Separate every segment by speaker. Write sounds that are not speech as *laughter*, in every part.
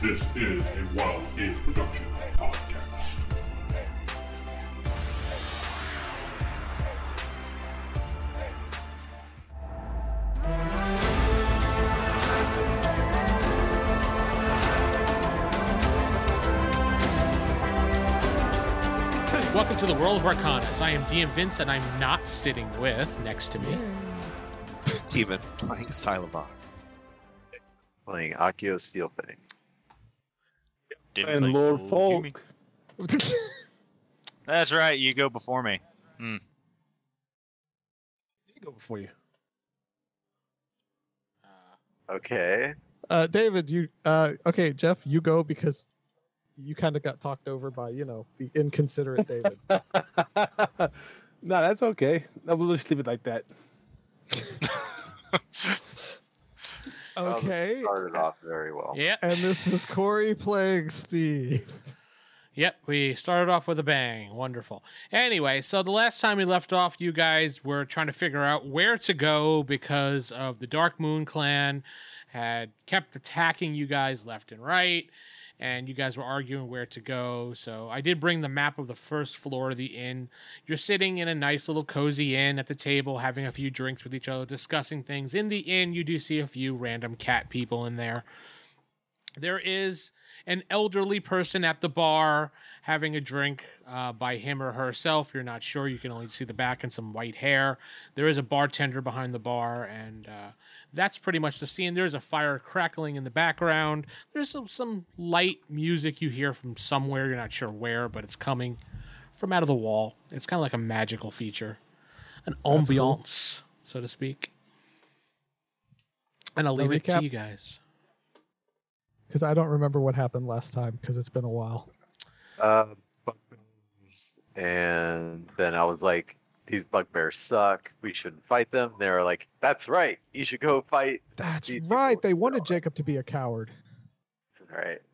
Speaker 1: This is a Wild Game Production podcast.
Speaker 2: Welcome to the world of Arcanas. I am DM Vince, and I'm not sitting with next to me.
Speaker 3: Demon playing Silva.
Speaker 4: playing Akio Steel Fang.
Speaker 5: Didn't
Speaker 6: and
Speaker 5: play
Speaker 6: Lord
Speaker 5: Call of
Speaker 6: Folk.
Speaker 5: Duty. That's right. You go before me.
Speaker 6: He go
Speaker 7: *laughs*
Speaker 6: before you.
Speaker 4: Okay.
Speaker 6: Uh, David, you uh, okay? Jeff, you go because you kind of got talked over by you know the inconsiderate David.
Speaker 7: Um, no, that's okay. I will just leave it like that.
Speaker 6: okay,
Speaker 4: Started off very well.
Speaker 2: Yep,
Speaker 6: and this is Corey playing Steve. *laughs*
Speaker 2: yep. We started off with a bang. Wonderful. Anyway, so the last time we left off, you guys were trying to figure out where to go because of the Dark Moon Clan had kept attacking you guys left and right, and you guys were arguing where to go. So I did bring the map of the first floor of the inn. You're sitting in a nice little cozy inn at the table, having a few drinks with each other, discussing things. In the inn, you do see a few random cat people in there. there is an elderly person at the bar having a drink uh, by him or herself. You're not sure. You can only see the back and some white hair. There is a bartender behind the bar, and uh, that's pretty much the scene. There's a fire crackling in the background. There's some, some light music you hear from somewhere. You're not sure where, but it's coming from out of the wall. It's kind of like a magical feature, an ambiance, so to speak. And I'll
Speaker 6: No
Speaker 2: leave it to
Speaker 6: recap?
Speaker 2: you guys.
Speaker 6: Because I don't remember what happened last time because it's been a while.
Speaker 4: Uh, bugbears. And then I was like, these bugbears suck. We shouldn't fight them. They were like, that's right. You should go fight.
Speaker 6: That's
Speaker 4: these people."
Speaker 6: right. They wanted Jacob to be a coward.
Speaker 4: Right. *laughs*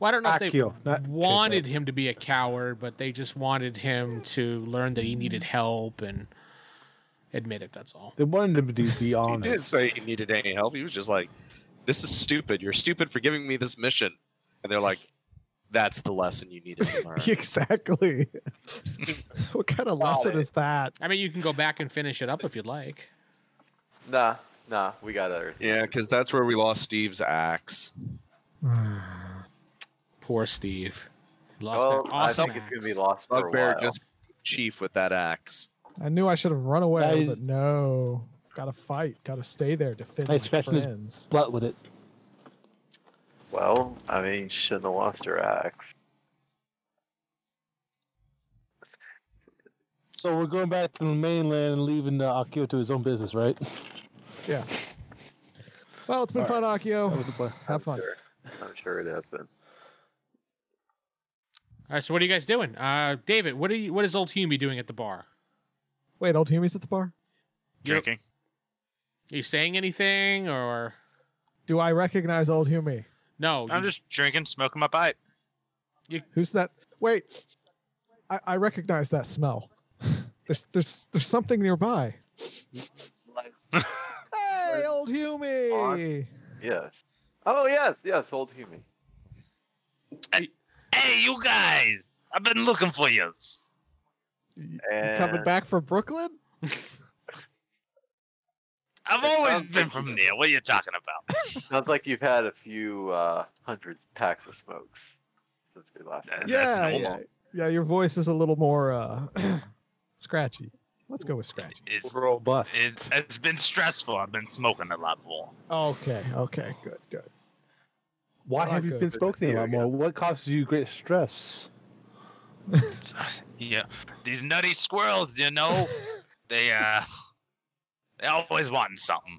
Speaker 2: Well, I don't know if they
Speaker 7: Akio,
Speaker 6: Uh,
Speaker 2: *laughs*
Speaker 7: not
Speaker 2: wanted him to be a coward, but they just wanted him to learn that he needed help and admit it. That's all.
Speaker 7: *laughs* They wanted him to do- be
Speaker 3: He didn't
Speaker 7: honest.
Speaker 3: say he needed any help. He was just like, "This is stupid. You're stupid for giving me this mission." And they're like, "That's the lesson you needed to
Speaker 6: *laughs*
Speaker 3: learn."
Speaker 6: exactly. *laughs* what kind of lesson is that?
Speaker 2: *sighs* I mean, you can go back and finish it up if you'd like.
Speaker 4: Nah, nah. We got other.
Speaker 3: yeah, because that's where we lost Steve's axe.
Speaker 2: Poor Steve. He Lost
Speaker 4: Well,
Speaker 2: that
Speaker 4: I
Speaker 2: awesome
Speaker 4: think it's
Speaker 2: axe.
Speaker 4: gonna be lost for a
Speaker 3: Bugbear
Speaker 4: while.
Speaker 3: just chief with that axe.
Speaker 6: I knew I should have run away,
Speaker 7: I-
Speaker 6: but no. Got to fight. Got to stay there, defend
Speaker 7: I
Speaker 6: my
Speaker 7: scratched his-
Speaker 6: friends.
Speaker 7: Blut with it.
Speaker 4: Well, I mean, shouldn't have lost her axe.
Speaker 7: So we're going back to the mainland and leaving uh, Akio to his own business, right?
Speaker 6: Yes. Well, it's been
Speaker 7: All
Speaker 6: fun,
Speaker 7: That
Speaker 6: Akio.
Speaker 7: was the plan.
Speaker 6: Have fun.
Speaker 4: Sure. I'm sure it has been.
Speaker 2: All right. So, what are you guys doing, uh, David? What are you? What is old Humey doing at the bar?
Speaker 6: Wait, old Hume's at the bar?
Speaker 5: Drinking.
Speaker 2: Are you saying anything or
Speaker 6: Do I recognize old Hume?
Speaker 2: no?
Speaker 6: Oh,
Speaker 5: I'm
Speaker 2: you-
Speaker 5: just drinking, smoking my pipe.
Speaker 6: Who's that? Wait, I, I recognize that smell. *laughs* There's there's there's something nearby. Hey, old Hume!
Speaker 4: Yes. Oh yes, yes, old human.
Speaker 5: Hey, you guys! I've been looking for you.
Speaker 4: And
Speaker 6: Coming back from Brooklyn?
Speaker 5: I've always been from there. What are you talking about?
Speaker 4: Sounds like you've had a few uh, hundred packs of smokes since we last. met.
Speaker 5: That's
Speaker 6: Yeah,
Speaker 5: normal.
Speaker 6: yeah, yeah. Your voice is a little more uh, *clears throat* scratchy. Let's go with scratchy.
Speaker 5: It's,
Speaker 7: *laughs* Robust.
Speaker 5: it's, it's been stressful. I've been smoking a lot more.
Speaker 6: Okay, okay, good, good. *laughs*
Speaker 7: Why
Speaker 6: not
Speaker 7: have you
Speaker 6: good.
Speaker 7: been spoken about more? What causes you great stress?
Speaker 5: It's- yeah, these nutty squirrels, you know, *laughs* they uh, they always wanting something.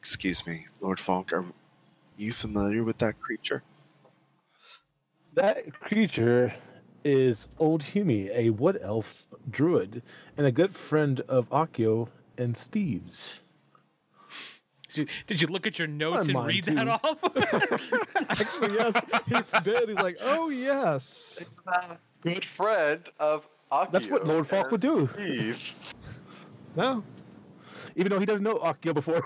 Speaker 3: Excuse me, Lord Falk. Are you familiar with that creature?
Speaker 7: That creature is Old Humi, a wood elf druid, and a good friend of Akio and Steve's.
Speaker 2: Did you look at your notes
Speaker 7: I
Speaker 2: and
Speaker 7: mind
Speaker 2: read
Speaker 7: too.
Speaker 2: that off? *laughs*
Speaker 6: Actually, yes, he did. He's like, oh yes.
Speaker 4: It's a good friend of Akio.
Speaker 7: That's what Lord Falk
Speaker 4: and
Speaker 7: would do.
Speaker 4: Steve.
Speaker 7: No. Even though he doesn't know Akio before.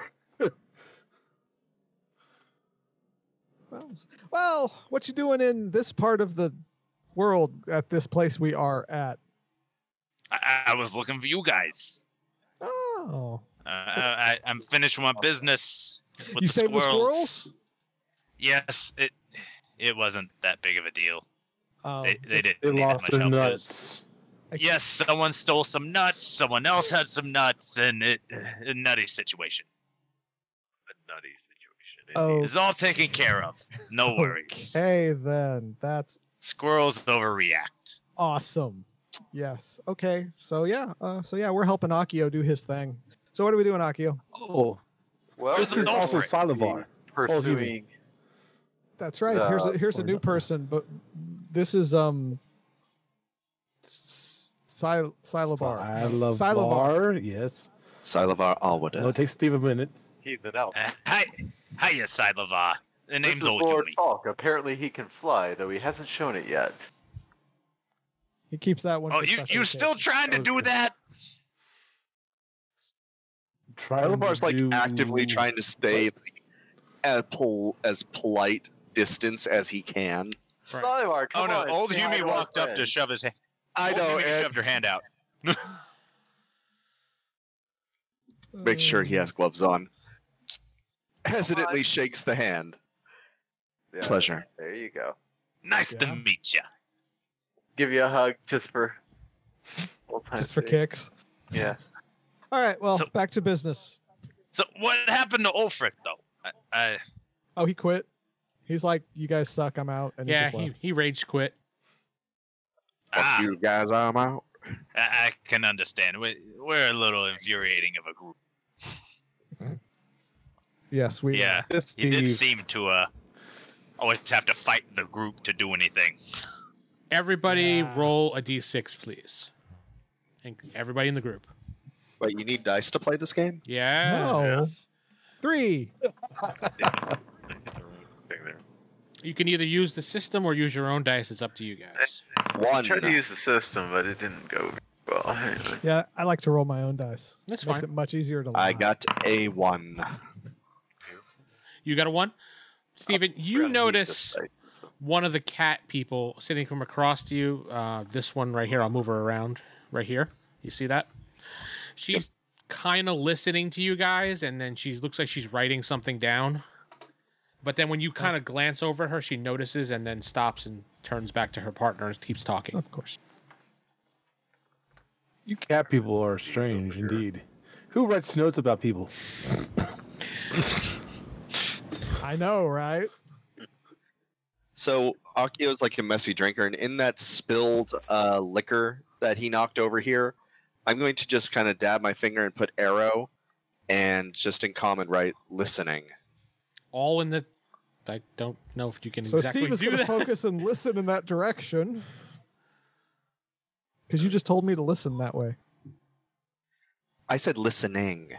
Speaker 6: Well, Well, what you doing in this part of the world at this place we are at?
Speaker 5: I, I was looking for you guys.
Speaker 6: Oh,
Speaker 5: Uh, I, I- I'm finished with my business. With
Speaker 6: you
Speaker 5: the
Speaker 6: saved
Speaker 5: squirrels.
Speaker 6: the squirrels.
Speaker 5: Yes, it it wasn't that big of a deal.
Speaker 6: Oh,
Speaker 5: they they didn't
Speaker 6: just-
Speaker 7: *laughs* They
Speaker 5: need that
Speaker 7: lost
Speaker 5: much
Speaker 7: their
Speaker 5: help. It was-
Speaker 7: nuts.
Speaker 6: I-
Speaker 5: Yes, someone stole some nuts. Someone else had some nuts, and it a nutty situation.
Speaker 4: A nutty situation.
Speaker 6: Oh,
Speaker 5: It's all taken care of. No worries.
Speaker 6: okay then. That's
Speaker 5: Squirrels overreact.
Speaker 6: awesome. Yes. Okay. So yeah. Uh, so yeah, we're helping Akio do his thing. So what are we doing, Akio?
Speaker 7: Oh,
Speaker 4: Well,
Speaker 5: There's
Speaker 7: this is
Speaker 5: an
Speaker 7: also
Speaker 5: offering.
Speaker 7: Salivar.
Speaker 4: pursuing.
Speaker 6: That's right. here's a,
Speaker 4: Uh,
Speaker 6: here's a
Speaker 7: or
Speaker 6: new
Speaker 7: not.
Speaker 6: person, but this is um, S- Sil- Silabar.
Speaker 7: Salivar. Yes.
Speaker 3: Silavar
Speaker 7: Well, it
Speaker 3: Alwada.
Speaker 7: takes Steve a minute.
Speaker 4: He's an elf.
Speaker 5: Uh, hi, hiya, Sidlava. The
Speaker 4: This
Speaker 5: name's
Speaker 4: is
Speaker 5: old
Speaker 4: Lord
Speaker 5: to me.
Speaker 4: Falk. Apparently, he can fly, though he hasn't shown it yet.
Speaker 6: He keeps that one.
Speaker 5: Oh,
Speaker 6: for
Speaker 5: you
Speaker 6: special
Speaker 5: you still
Speaker 6: occasion.
Speaker 5: trying to do
Speaker 7: Okay.
Speaker 5: that?
Speaker 7: Trying
Speaker 3: Silavar's like
Speaker 7: to-
Speaker 3: actively trying to stay like, at pol- as polite distance as he can.
Speaker 2: Right.
Speaker 4: Salivar,
Speaker 5: Oh,
Speaker 4: come on, say hi to our friend.
Speaker 5: shove his hand.
Speaker 3: I know, and
Speaker 5: her hand out.
Speaker 3: make sure he has gloves on. Hesitantly
Speaker 4: on.
Speaker 3: shakes the hand.
Speaker 4: Yeah,
Speaker 3: Pleasure.
Speaker 4: There you go.
Speaker 5: Nice
Speaker 6: Yeah.
Speaker 5: to meet you.
Speaker 4: Give you a hug just for. old
Speaker 6: Um,
Speaker 4: time's
Speaker 6: just for
Speaker 4: sake.
Speaker 6: kicks.
Speaker 4: Yeah.
Speaker 6: All right. Well,
Speaker 5: So-
Speaker 6: back to business.
Speaker 5: So what happened to Ulfric though? I, I,
Speaker 6: Oh, he quit. He's like, "You guys suck. I'm out." And
Speaker 2: Yeah,
Speaker 6: he just
Speaker 2: he,
Speaker 6: left.
Speaker 2: he rage quit.
Speaker 5: ah,
Speaker 3: Fuck you guys, I'm out.
Speaker 5: I, I can understand. We, we're a little infuriating of a group.
Speaker 6: Yes, we.
Speaker 5: Yeah,
Speaker 7: Yes,
Speaker 5: you
Speaker 7: Steve.
Speaker 5: did seem to uh, always have to fight the group to do anything.
Speaker 2: Everybody
Speaker 6: Yeah.
Speaker 2: roll a d6, please. And everybody in the group.
Speaker 3: But you need dice to play this game?
Speaker 2: Yeah.
Speaker 6: No. Three.
Speaker 2: You can either use the system or use your own dice. It's up to you guys.
Speaker 4: I
Speaker 3: One.
Speaker 4: tried to use the system, but it didn't go well. Anyway.
Speaker 6: Yeah, I like to roll my own dice.
Speaker 2: That's
Speaker 6: Makes
Speaker 2: fine.
Speaker 6: it much easier to.
Speaker 3: I
Speaker 6: lie.
Speaker 3: got a one.
Speaker 2: You got a one? Steven, you
Speaker 4: Forgot to use
Speaker 2: notice
Speaker 4: this dice system.
Speaker 2: one of the cat people sitting from across to you. Uh, this one right here. I'll move her around right here. You see that? She's kind of listening to you guys, and then she looks like she's writing something down. But then when you kind of glance over her, she notices and then stops and turns back to her partner and keeps talking.
Speaker 6: Of course.
Speaker 7: You cat people are strange indeed. Who writes notes about people?
Speaker 6: I know, right?
Speaker 3: So Akio's like a messy drinker, and in that spilled uh, liquor that he knocked over here, I'm going to just kind of dab my finger and put arrow, and just in common write listening.
Speaker 2: All in the. I don't know if you can
Speaker 6: So
Speaker 2: exactly
Speaker 6: Steve is
Speaker 2: do
Speaker 6: going to
Speaker 2: that.
Speaker 6: focus and listen in that direction. Because you just told me to listen that way.
Speaker 3: I said listening,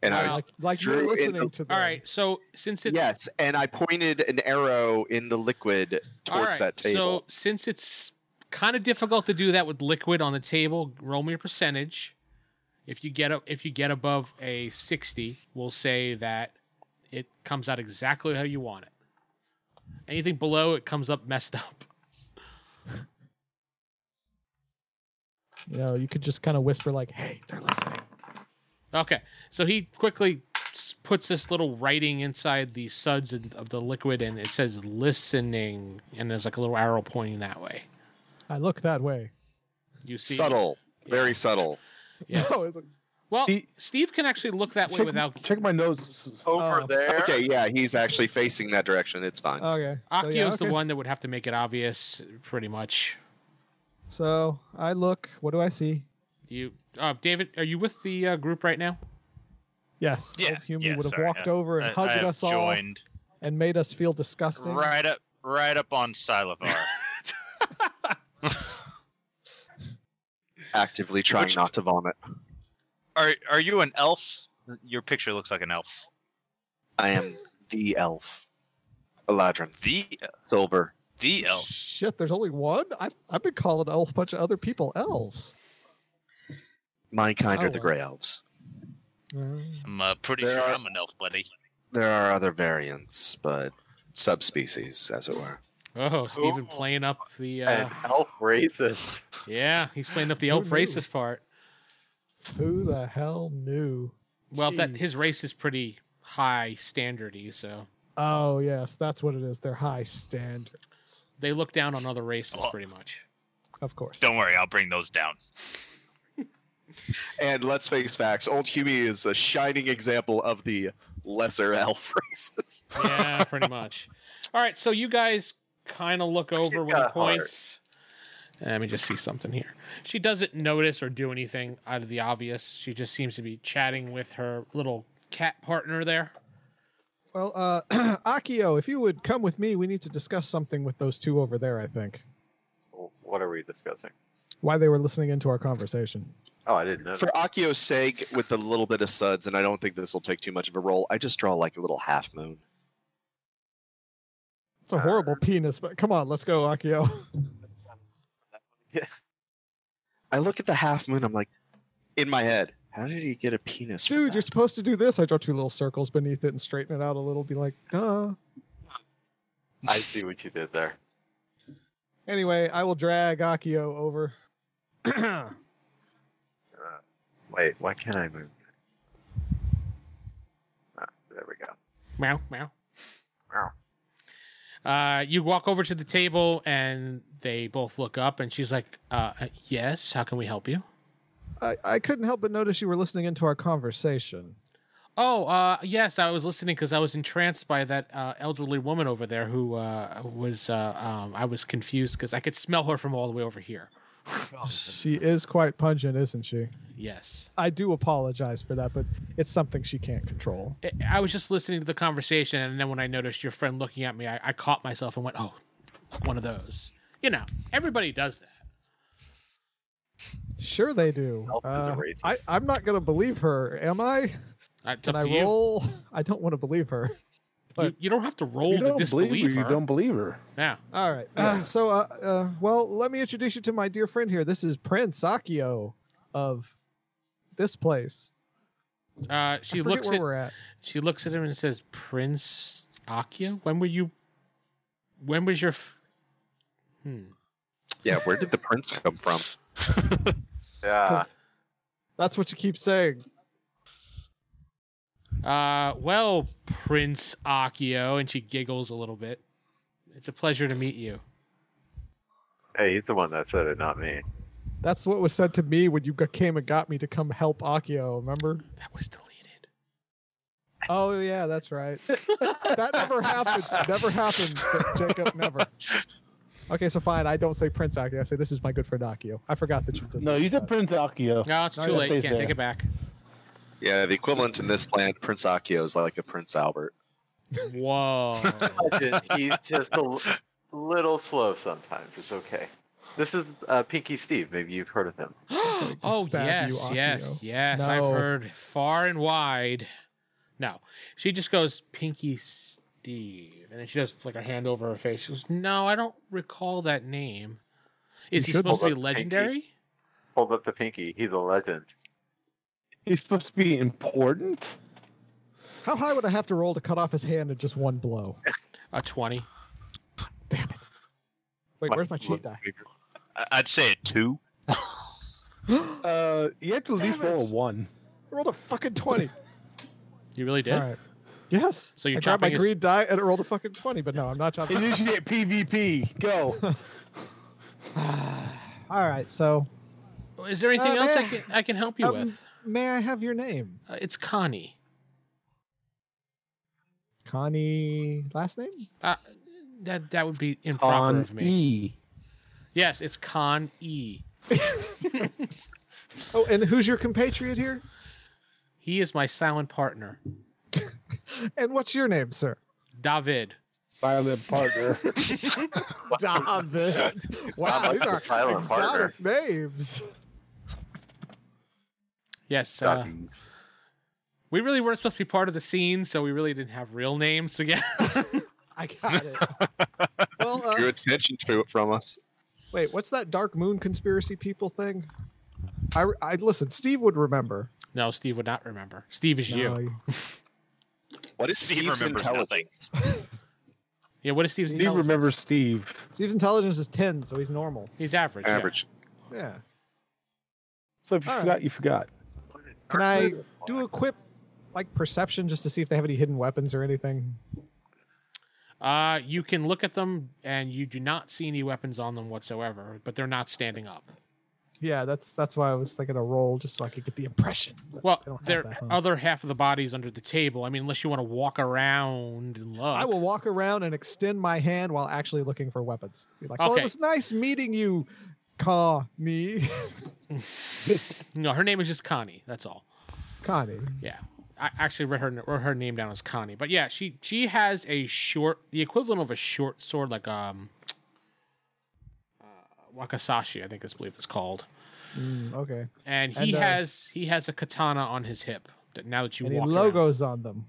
Speaker 3: and I
Speaker 2: Wow.
Speaker 3: was
Speaker 6: like, like you're
Speaker 3: drew in
Speaker 6: listening
Speaker 3: the-
Speaker 6: to
Speaker 2: *laughs*
Speaker 6: them.
Speaker 2: All right, so since it's
Speaker 3: yes, and I pointed an arrow in the liquid
Speaker 2: All
Speaker 3: towards that table.
Speaker 2: So since it's kind of difficult to do that with liquid on the table, roll me a percentage. If you get up, if you get above a sixty, we'll say that it comes out exactly how you want it. Anything below, it comes up messed up. *laughs*
Speaker 6: You know, you could just kind of whisper like, "Hey, they're listening."
Speaker 2: Okay, so he quickly s- puts this little writing inside the suds of of the liquid, and it says "listening," and there's like a little arrow pointing that way.
Speaker 6: I look that way.
Speaker 2: You see,
Speaker 3: subtle, very
Speaker 2: Yeah.
Speaker 3: subtle.
Speaker 2: *laughs*
Speaker 3: *laughs*
Speaker 2: Yes.
Speaker 6: No, it's like-
Speaker 2: Well,
Speaker 7: See-
Speaker 2: Steve can actually look that way
Speaker 7: check,
Speaker 2: without
Speaker 7: check my notes.
Speaker 4: Over
Speaker 6: Oh.
Speaker 4: there.
Speaker 3: Okay, yeah, he's actually facing that direction. It's fine.
Speaker 6: okay.
Speaker 2: Akio's
Speaker 6: So, yeah,
Speaker 2: the
Speaker 6: okay,
Speaker 2: one that would have to make it obvious, pretty much.
Speaker 6: So I look. What do I see?
Speaker 2: You, uh, David, are you with the uh, group right now?
Speaker 6: Yes.
Speaker 5: Yeah,
Speaker 6: Old Hume
Speaker 5: yeah,
Speaker 6: would have
Speaker 5: sorry,
Speaker 6: walked
Speaker 5: yeah.
Speaker 6: over and
Speaker 5: I, I
Speaker 6: hugged
Speaker 5: have
Speaker 6: us all
Speaker 5: joined
Speaker 6: and made us feel disgusting.
Speaker 5: right up, right up on
Speaker 6: *laughs*
Speaker 5: Silavar.
Speaker 3: Actively trying
Speaker 5: Which-
Speaker 3: not to vomit.
Speaker 5: are are you an elf? Your picture looks like an elf.
Speaker 3: I am the elf, Eladrin
Speaker 5: The
Speaker 3: Silver.
Speaker 5: the elf.
Speaker 6: Shit, there's only one. I, I've been calling a whole bunch of other people elves.
Speaker 3: My kind
Speaker 6: Oh,
Speaker 3: are the
Speaker 6: wow.
Speaker 3: Grey Elves.
Speaker 5: I'm uh, pretty
Speaker 3: There
Speaker 5: sure
Speaker 3: are-
Speaker 5: I'm an elf, buddy.
Speaker 3: There are other variants, but subspecies, as it were.
Speaker 2: Oh, Stephen
Speaker 4: Cool.
Speaker 2: playing up the uh,
Speaker 4: And elf racist.
Speaker 2: yeah, he's playing up the
Speaker 6: Who
Speaker 2: elf
Speaker 6: knew?
Speaker 2: racist part.
Speaker 6: Who the hell knew?
Speaker 2: Well, that
Speaker 6: Jeez.
Speaker 2: his race is pretty high standardy, so
Speaker 6: Oh yes, that's what it is. They're high standards,
Speaker 2: they look down on other races
Speaker 5: Well-
Speaker 2: pretty much.
Speaker 6: of course.
Speaker 5: Don't worry, I'll bring those down.
Speaker 3: And let's face facts, Old Huey is a shining example of the lesser *laughs* elf races.
Speaker 2: Yeah, pretty much. All right, so you guys kind of look over when he
Speaker 4: got hard.
Speaker 2: points. Let me just see something here. She doesn't notice or do anything out of the obvious. She just seems to be chatting with her little cat partner there.
Speaker 6: Well, uh, *clears throat* Akio, if you would come with me, we need to discuss something with those two over there. I think
Speaker 4: What are we discussing?
Speaker 6: why they were listening into our conversation.
Speaker 4: Oh, I didn't know.
Speaker 3: For Akio's sake, with the little bit of suds, and I don't think this will take too much of a roll, I just draw like a little half moon.
Speaker 6: It's a horrible penis, but come on, let's go, Akio.
Speaker 5: *laughs*
Speaker 3: I look at the half moon, I'm like, in my head, how did he get a penis? from
Speaker 6: Dude,
Speaker 3: that?
Speaker 6: you're supposed to do this. I draw two little circles beneath it and straighten it out a little. Be like, duh.
Speaker 4: I see what you did there.
Speaker 6: Anyway, I will drag Akio over.
Speaker 4: Uh, wait, why can't I move? Ah, there we go.
Speaker 2: Meow, meow.
Speaker 4: Wow.
Speaker 2: Uh, you walk over to the table and they both look up, and she's like, uh, "Yes, how can we help you?"
Speaker 6: I, I couldn't help but notice you were listening into our conversation.
Speaker 2: Oh, uh, yes, I was listening because I was entranced by that uh, elderly woman over there who uh, was. Uh, um, I was confused because I could smell her from all the way over here. Oh,
Speaker 6: She is quite pungent, isn't she?
Speaker 2: Yes.
Speaker 6: I do apologize for that, but it's something she can't control.
Speaker 2: I- I was just listening to the conversation, and then when I noticed your friend looking at me, I, I caught myself and went, "Oh, one of those." You know, everybody does that.
Speaker 6: Sure, they do.
Speaker 4: Elf is a
Speaker 6: Uh,
Speaker 4: racist.
Speaker 6: I, I'm not going to believe her, am I?
Speaker 2: Uh, it's
Speaker 6: Can
Speaker 2: up to
Speaker 6: I
Speaker 2: you.
Speaker 6: roll? *laughs* I don't want to believe her.
Speaker 2: you. You don't have to roll
Speaker 7: You
Speaker 2: to
Speaker 7: don't believe
Speaker 2: disbelieve
Speaker 7: her.
Speaker 2: her.
Speaker 7: You don't believe her.
Speaker 2: Yeah.
Speaker 6: All right. Uh, so, uh, uh, well, let me introduce you to my dear friend here. This is Prince Akio of this place.
Speaker 2: Uh, she
Speaker 6: I forget
Speaker 2: looks
Speaker 6: where
Speaker 2: at
Speaker 6: we're at.
Speaker 2: she looks at him and says, "Prince Akia, when were you? When was your?" F- hmm.
Speaker 3: Yeah, where did the prince come from?
Speaker 4: Yeah.
Speaker 6: That's what you keep saying.
Speaker 2: Uh, well, Prince Akio, and she giggles a little bit. It's a pleasure to meet you.
Speaker 4: Hey, he's the one that said it, not me.
Speaker 6: That's what was said to me when you g- came and got me to come help Akio. Remember?
Speaker 2: That was deleted.
Speaker 6: Oh yeah, that's right. that never happened. Never happened, Jacob. Never. Okay, so fine. I don't say Prince Akio. I say this is my good friend Akio. I forgot that you did.
Speaker 7: No, you said Prince Akio.
Speaker 2: No, it's
Speaker 6: No,
Speaker 2: too
Speaker 6: that
Speaker 2: late. You
Speaker 7: stays
Speaker 2: can't
Speaker 7: there.
Speaker 2: take it back.
Speaker 3: Yeah, the equivalent in this land, Prince Akio is like a Prince Albert.
Speaker 2: Whoa.
Speaker 4: he's just a l- little slow sometimes. It's okay. This is uh, Pinky Steve. Maybe you've heard of him.
Speaker 2: *gasps* oh
Speaker 6: stab you,
Speaker 2: yes, yes,
Speaker 6: Akio.
Speaker 2: yes.
Speaker 6: No.
Speaker 2: I've heard far and wide. No, she just goes Pinky Steve, and then she does like a hand over her face. She goes, "No, I don't recall that name. Is he
Speaker 6: You should
Speaker 2: supposed to be
Speaker 4: look, Pinky.
Speaker 2: legendary?"
Speaker 4: Hold up the Pinky. He's a legend.
Speaker 7: He's supposed to be important.
Speaker 6: How high would I have to roll to cut off his hand in just one blow?
Speaker 2: A twenty.
Speaker 6: Damn it! Wait, where's my cheat die?
Speaker 5: I- I'd say a two.
Speaker 7: Uh, you have to at least
Speaker 6: Damn it.
Speaker 7: roll a one.
Speaker 6: rolled a fucking twenty.
Speaker 2: *laughs* You really did.
Speaker 6: All right. Yes.
Speaker 2: So you're
Speaker 6: I grabbed my
Speaker 2: chopping his-
Speaker 6: green die and it rolled a fucking twenty, but no, I'm not chopping.
Speaker 7: Initiate
Speaker 2: *laughs*
Speaker 7: PvP. Go.
Speaker 6: *sighs* All right. So
Speaker 2: Is there anything
Speaker 6: Uh,
Speaker 2: else I
Speaker 6: meh.
Speaker 2: can I can help you
Speaker 6: Um,
Speaker 2: with?
Speaker 6: may I have your name?
Speaker 2: Uh, it's Connie.
Speaker 6: Connie. Last name?
Speaker 2: Uh, that that would be improper
Speaker 7: On
Speaker 2: of me.
Speaker 7: E.
Speaker 2: Yes, it's Con E.
Speaker 6: Oh, and who's your compatriot here?
Speaker 2: He is my silent partner,
Speaker 6: And what's your name, sir?
Speaker 2: David.
Speaker 7: Silent partner.
Speaker 6: David. Wow,
Speaker 4: Wow,
Speaker 6: these
Speaker 4: that's
Speaker 6: are
Speaker 4: a silent
Speaker 6: exotic names. *laughs*
Speaker 2: Yes, uh, we really weren't supposed to be part of the scene, so we really didn't have real names. So yeah,
Speaker 6: I got it. well,
Speaker 3: Drew
Speaker 6: uh,
Speaker 3: attention to it from us.
Speaker 6: wait, what's that Dark Moon conspiracy people thing? I, I listen. Steve would remember.
Speaker 2: *laughs* no, Steve would not remember. Steve is
Speaker 6: No,
Speaker 2: you.
Speaker 6: you-
Speaker 3: What is
Speaker 5: Steve
Speaker 3: Steve's
Speaker 5: remembers
Speaker 3: intelligence?
Speaker 2: Yeah, what is Steve's
Speaker 7: Steve
Speaker 2: intelligence?
Speaker 7: remembers Steve.
Speaker 6: Steve's intelligence is 10, so he's normal.
Speaker 2: He's average. yeah.
Speaker 3: Average.
Speaker 6: Yeah.
Speaker 7: So if you
Speaker 6: All right.
Speaker 7: forgot, you forgot.
Speaker 6: Can I do a quick, like, perception just to see if they have any hidden weapons or anything?
Speaker 2: Uh, you can look at them and you do not see any weapons on them whatsoever, but they're not standing up.
Speaker 6: Yeah, that's that's why I was thinking a roll just so I could get the impression. But
Speaker 2: Well,
Speaker 6: they don't have
Speaker 2: their
Speaker 6: that, huh?
Speaker 2: other half of the body's under the table. I mean, unless you want to walk around and look.
Speaker 6: I will walk around and extend my hand while actually looking for weapons. Be like, well,
Speaker 2: Okay.
Speaker 6: it was nice meeting you, Connie. *laughs*
Speaker 2: No, her name is just Connie. That's all.
Speaker 6: Connie.
Speaker 2: Yeah, I actually wrote her wrote her name down as Connie. But yeah, she she has a short, the equivalent of a short sword, like um, uh, wakasashi, I think is believe it's called.
Speaker 6: Mm, okay.
Speaker 2: And he
Speaker 6: And, uh,
Speaker 2: has he has a katana on his hip. That now that you
Speaker 6: Any
Speaker 2: walk around.
Speaker 6: logos on them?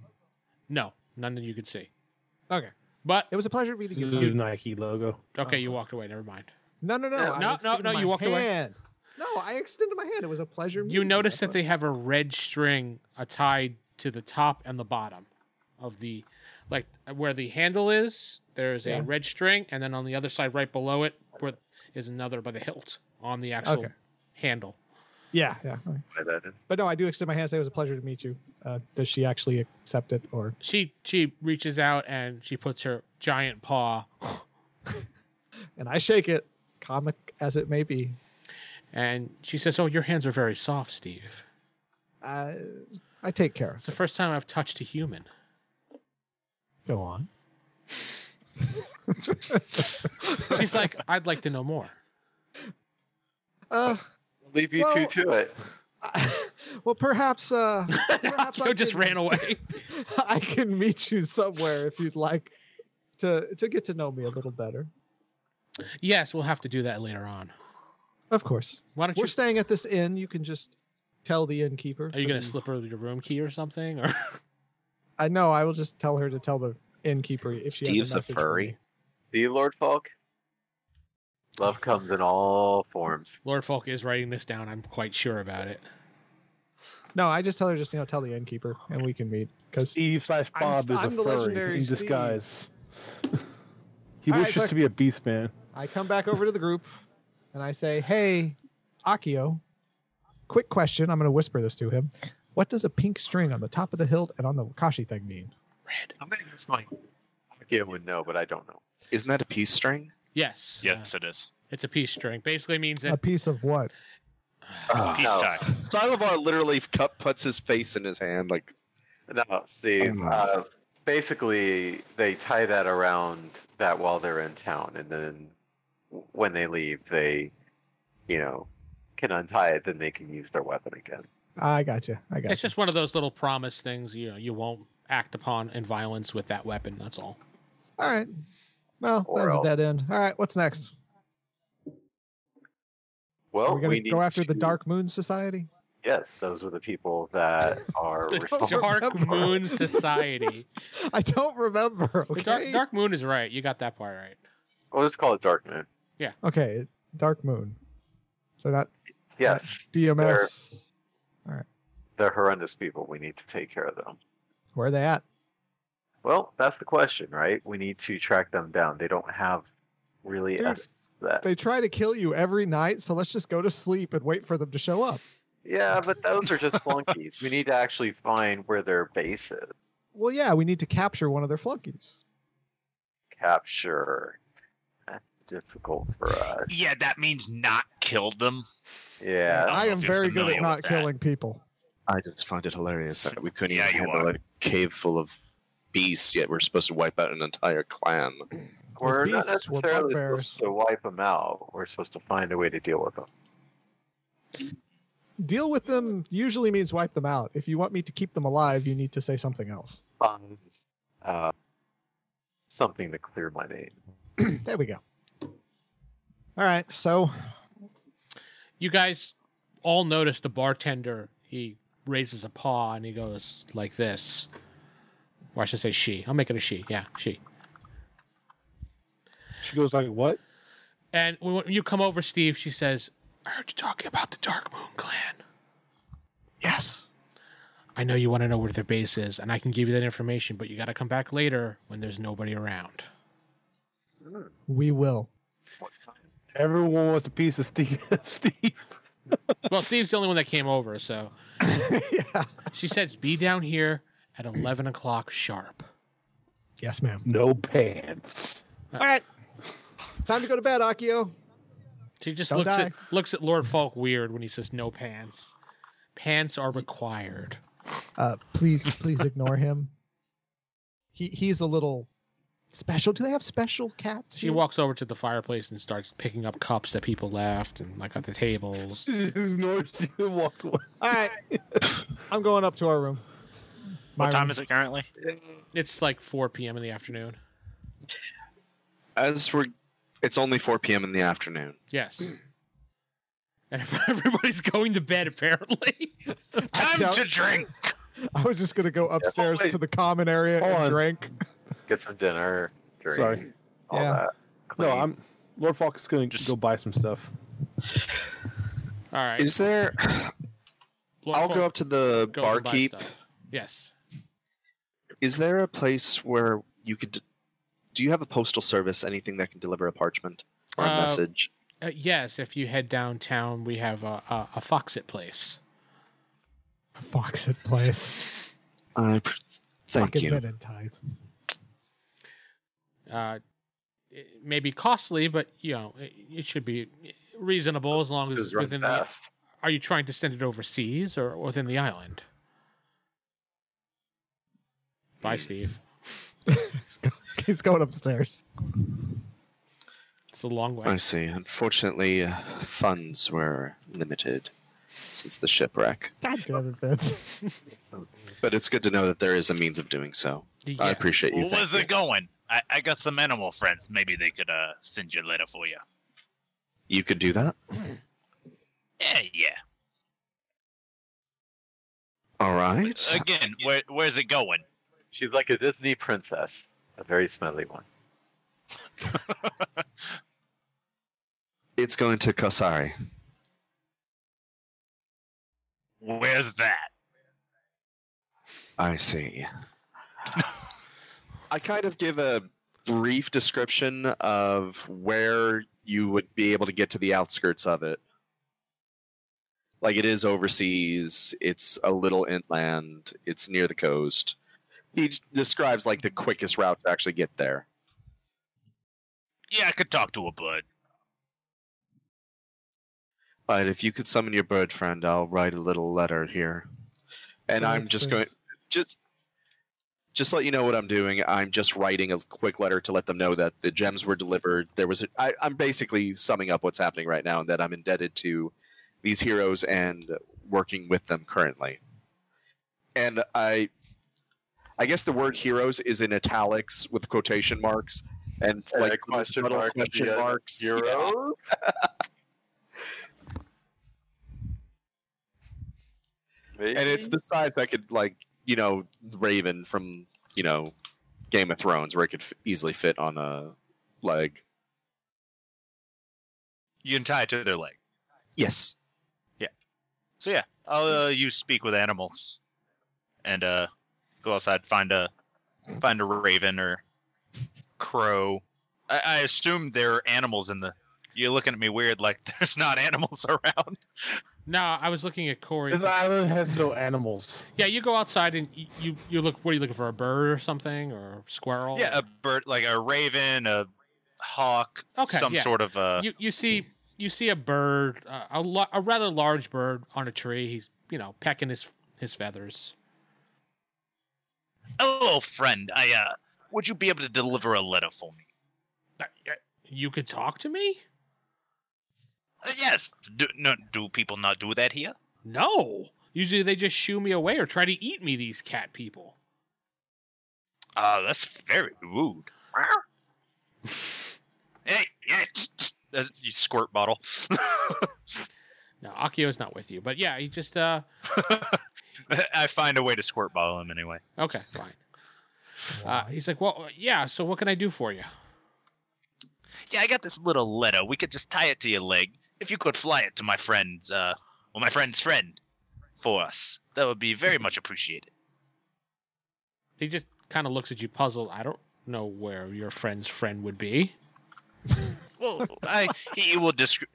Speaker 2: no, none that you could see.
Speaker 6: Okay.
Speaker 2: But
Speaker 6: It was a pleasure meeting you.
Speaker 7: Little Nike logo.
Speaker 2: okay,
Speaker 6: Uh-huh.
Speaker 2: you walked away. Never mind.
Speaker 6: No, no, no.
Speaker 4: Yeah.
Speaker 6: I
Speaker 2: No, no,
Speaker 6: extended
Speaker 2: no,
Speaker 6: my
Speaker 2: you walked away.
Speaker 6: hand. No, I extended my hand. It was a pleasure. meeting
Speaker 2: You notice that
Speaker 6: That's
Speaker 2: they have a red string uh, tied to the top and the bottom of the, like where the handle is. There is a
Speaker 6: Yeah.
Speaker 2: red string, and then on the other side, right below it, where is another by the hilt on the actual
Speaker 6: Okay.
Speaker 2: handle.
Speaker 6: what- Yeah, yeah. okay. But no, I do extend my hand. and Say it was a pleasure to meet you. Uh, does she actually accept it or?
Speaker 2: She she reaches out and she puts her giant paw,
Speaker 6: And I shake it, comic as it may be.
Speaker 2: and she says, "Oh, your hands are very soft, Steve.
Speaker 6: Uh, I take care.
Speaker 2: It's the first time I've touched a human."
Speaker 6: Go on.
Speaker 2: She's like, "I'd like to know more."
Speaker 6: Uh, *laughs*
Speaker 4: Leave you
Speaker 6: Well-
Speaker 4: two to it.
Speaker 6: well, perhaps. Uh,
Speaker 2: *laughs*
Speaker 6: perhaps I
Speaker 2: Akio just
Speaker 6: can-
Speaker 2: ran away. *laughs*
Speaker 6: *laughs* I can meet you somewhere if you'd like to to get to know me a little better.
Speaker 2: yes, we'll have to do that later on.
Speaker 6: Of course.
Speaker 2: Why don't
Speaker 6: We're
Speaker 2: you?
Speaker 6: staying at this inn. You can just tell the innkeeper.
Speaker 2: Are you
Speaker 6: for
Speaker 2: gonna
Speaker 6: the-
Speaker 2: slip her your room key or something? Or *laughs*
Speaker 6: I know. I will just tell her to tell the innkeeper if she
Speaker 3: Steve's
Speaker 6: has
Speaker 3: a
Speaker 6: a, message for
Speaker 3: furry.
Speaker 6: me.
Speaker 4: See, Lord Falk? Love comes in all forms.
Speaker 2: Lord Folk is writing this down. I'm quite sure about it.
Speaker 6: No, I just tell her just you know tell the innkeeper and we can meet because
Speaker 7: Steve slash
Speaker 6: I'm
Speaker 7: Bob
Speaker 6: st-
Speaker 7: is
Speaker 6: I'm
Speaker 7: a
Speaker 6: the
Speaker 7: furry
Speaker 6: legendary
Speaker 7: in
Speaker 6: Steve.
Speaker 7: disguise. *laughs* he
Speaker 6: All right,
Speaker 7: wishes
Speaker 6: so I-
Speaker 7: to be a beast man.
Speaker 6: I come back over to the group and I say, "Hey, Akio, quick question. I'm going to whisper this to him. What does a pink string on the top of the hilt and on the wakashi thing mean?
Speaker 2: Red.
Speaker 4: I'm gonna guess my Akio would know, but I don't know.
Speaker 3: Isn't that a peace string?
Speaker 2: Yes.
Speaker 5: Yes,
Speaker 2: Uh,
Speaker 5: it is.
Speaker 2: it's a peace string. Basically means
Speaker 6: A
Speaker 2: that
Speaker 6: piece of what?
Speaker 5: Peace
Speaker 3: no.
Speaker 5: time.
Speaker 3: Silivar literally cup puts his face in his hand like
Speaker 4: No, see,
Speaker 3: Oh.
Speaker 4: uh, basically they tie that around that while they're in town, and then w- when they leave, they, you know, can untie it. Then they can use their weapon again.
Speaker 6: "Ah, I got you. I got
Speaker 2: it's just one of those little promise things. You know, you won't act upon in violence with that weapon. That's all.
Speaker 6: All right. Well, that
Speaker 4: Or
Speaker 6: was a
Speaker 4: else.
Speaker 6: dead end. All right, what's next?
Speaker 4: Well,
Speaker 6: Are we
Speaker 4: Oh, we
Speaker 6: going to
Speaker 4: need
Speaker 6: go after the
Speaker 4: to-
Speaker 6: Dark Moon Society? *laughs*
Speaker 4: Yes, those are the people that are
Speaker 2: The
Speaker 4: responsible.
Speaker 2: Dark
Speaker 6: remember.
Speaker 2: Moon Society.
Speaker 6: I don't remember.
Speaker 2: The
Speaker 6: Okay.
Speaker 2: Dark, Dark Moon is right. You got that part right.
Speaker 4: We'll just call it Dark Moon.
Speaker 6: Okay, Dark Moon. So not
Speaker 4: Yes,
Speaker 6: DMS.
Speaker 4: they're horrendous people. We need to take care of them.
Speaker 6: Where are they at?
Speaker 4: Well, that's the question, right? We need to track them down. They don't have really
Speaker 6: Dude,
Speaker 4: us that.
Speaker 6: They try to kill you every night, so let's just go to sleep and wait for them to show up.
Speaker 4: Yeah, but those are just flunkies. We need to actually find where their base is.
Speaker 6: Well, yeah, we need to capture one of their flunkies.
Speaker 4: Capture. That's difficult for us.
Speaker 5: Yeah, that means not killed them.
Speaker 4: Yeah.
Speaker 5: don't
Speaker 6: I
Speaker 5: know
Speaker 6: am
Speaker 5: if you're
Speaker 6: very good
Speaker 5: familiar
Speaker 6: at
Speaker 5: with
Speaker 6: not
Speaker 5: that.
Speaker 6: killing people.
Speaker 3: I just find it hilarious that we couldn't
Speaker 5: Yeah,
Speaker 3: even
Speaker 5: you
Speaker 3: handle
Speaker 5: are.
Speaker 3: a cave full of beasts, yet we're supposed to wipe out an entire clan.
Speaker 4: We're not
Speaker 6: beasts were
Speaker 4: necessarily
Speaker 6: bugbears.
Speaker 4: supposed to wipe them out. We're supposed to find a way to deal with them.
Speaker 6: Deal with them usually means wipe them out. If you want me to keep them alive, you need to say something else.
Speaker 4: Find uh, something to clear my name.
Speaker 6: There we go. All right, so
Speaker 2: You guys all notice the bartender. He raises a paw and he goes like this. Or I should say she. I'll make it a she. Yeah, she.
Speaker 7: She goes like, "What?
Speaker 2: And when you come over, Steve, she says, I heard you talking about the Dark Moon clan.
Speaker 6: yes,
Speaker 2: I know you want to know where their base is, and I can give you that information, but you got to come back later when there's nobody around.
Speaker 6: We will.
Speaker 7: Everyone wants a piece of Steve. *laughs* Steve.
Speaker 2: Well, Steve's the only one that came over, so
Speaker 6: *laughs* yeah.
Speaker 2: she says, "Be down here at eleven o'clock sharp."
Speaker 6: Yes, ma'am.
Speaker 7: No pants.
Speaker 6: Time to go to bed, Akio.
Speaker 2: She just
Speaker 6: Don't
Speaker 2: looks
Speaker 6: die.
Speaker 2: at looks at Lord Falk weird when he says, "No pants. Pants are required."
Speaker 6: Uh, please, please ignore him. He he's a little special. Do they have special cats?
Speaker 2: She
Speaker 6: here?
Speaker 2: walks over to the fireplace and starts picking up cups that people left and like on the tables.
Speaker 7: She just ignores you and walks away.
Speaker 6: All *laughs* right. I'm going up to our room. My
Speaker 5: What time
Speaker 6: room.
Speaker 5: is it currently?
Speaker 2: It's like 4 p.m. in the afternoon.
Speaker 3: As we're, it's only 4 p.m. in the afternoon.
Speaker 2: Yes. *clears throat* And *laughs* everybody's going to bed apparently. *laughs*
Speaker 5: Time to drink.
Speaker 6: I was just gonna go upstairs
Speaker 4: wait.
Speaker 6: to the common area
Speaker 7: Hold
Speaker 6: and
Speaker 7: on.
Speaker 6: drink.
Speaker 4: Get some dinner, drink,
Speaker 7: Sorry.
Speaker 4: all
Speaker 6: Yeah.
Speaker 4: that.
Speaker 7: No,
Speaker 4: Clean.
Speaker 7: I'm. Lord Falk is going to
Speaker 5: Just-
Speaker 7: go buy some stuff.
Speaker 2: All right.
Speaker 3: Is there?
Speaker 2: Lord
Speaker 3: I'll
Speaker 2: Falk
Speaker 3: go up to the
Speaker 2: goes and buys
Speaker 3: barkeep.
Speaker 2: stuff. Yes.
Speaker 3: Is there a place where you could? d- Do you have a postal service? Anything that can deliver a parchment or
Speaker 2: Uh,
Speaker 3: a message?
Speaker 2: Uh, yes, if you head downtown, we have a, a, a Foxit place.
Speaker 6: Fox at place.
Speaker 3: I pr- thank
Speaker 6: Fucking
Speaker 3: you.
Speaker 6: men in tights.
Speaker 2: Uh, it may be costly, but you know it, it should be reasonable as long as
Speaker 4: This
Speaker 2: it's
Speaker 4: is run
Speaker 2: within the.
Speaker 4: fast.
Speaker 2: Are you trying to send it overseas or within the island? Bye,
Speaker 3: Mm.
Speaker 2: Steve.
Speaker 6: *laughs* He's going upstairs.
Speaker 2: It's a long way.
Speaker 3: I see. Unfortunately, uh, funds were limited since the shipwreck.
Speaker 6: God damn it, Vince.
Speaker 3: But it's good to know that there is a means of doing so.
Speaker 2: Yeah.
Speaker 3: I appreciate you.
Speaker 5: Where's
Speaker 3: thank you.
Speaker 5: it going? I, I got some animal friends. Maybe they could uh, send you a letter for you.
Speaker 3: You could do that.
Speaker 5: Yeah, yeah.
Speaker 3: *laughs* All right.
Speaker 5: Again, where, where's it going?
Speaker 4: She's like a Disney princess, a very smelly one.
Speaker 3: It's going to Kasari.
Speaker 5: Where's that?
Speaker 3: I see. I kind of give a brief description of where you would be able to get to the outskirts of it. Like it is overseas, it's a little inland, it's near the coast. He j- describes like the quickest route to actually get there.
Speaker 5: Yeah, I could talk to a bud.
Speaker 3: But if you could summon your bird friend, I'll write a little letter here. And I'm just going just just let you know what I'm doing. I'm just writing a quick letter to let them know that the gems were delivered. There was a, I, I'm basically summing up what's happening right now and that I'm indebted to these heroes and working with them currently. And I I guess the word heroes is in italics with quotation marks and
Speaker 4: And
Speaker 3: like
Speaker 4: a question
Speaker 3: little
Speaker 4: mark at the
Speaker 3: question
Speaker 4: end.
Speaker 3: marks.
Speaker 4: Heroes?
Speaker 3: Yeah.
Speaker 4: *laughs*
Speaker 3: and it's the size that could like you know raven from you know game of thrones where it could f- easily fit on a leg
Speaker 5: You can tie it to their leg.
Speaker 3: yes
Speaker 5: So yeah, I'll uh, use speak with animals, and uh, go outside find a find a raven or crow. I, I assume there are animals in the. You're looking at me weird, like *laughs* there's not animals *laughs* around.
Speaker 2: No, I was looking at Corey.
Speaker 7: This island has no animals.
Speaker 2: Yeah, you go outside and y- you you look. What are you looking for? A bird or something or a squirrel?
Speaker 5: Yeah, a bird, like a raven, a hawk,
Speaker 2: Okay,
Speaker 5: some
Speaker 2: yeah.
Speaker 5: sort of uh,
Speaker 2: you you see you see a bird, uh, a lo- a rather large bird on a tree. He's you know pecking his his feathers.
Speaker 5: hello friend. I uh, would you be able to deliver a letter for me?
Speaker 2: Uh, uh, You could talk to me?
Speaker 5: Uh, yes. Do, no, do people not do that here?
Speaker 2: No. Usually they just shoo me away or try to eat me. These cat people.
Speaker 5: Uh, that's very rude. *laughs* hey, yeah, tsk, tsk, uh, you squirt bottle. *laughs*
Speaker 2: No, Akio's not with you, but yeah, he just uh
Speaker 5: I find a way to squirt bottle him anyway.
Speaker 2: okay, fine. Uh, he's like, well, yeah. So what can I do for you?
Speaker 5: Yeah, I got this little letter. We could just tie it to your leg. If you could fly it to my friend's, uh, well, my friend's friend for us, that would be very much appreciated.
Speaker 2: He just kind of looks at you puzzled. I don't know where your friend's friend would be.
Speaker 5: Well, I he will describe.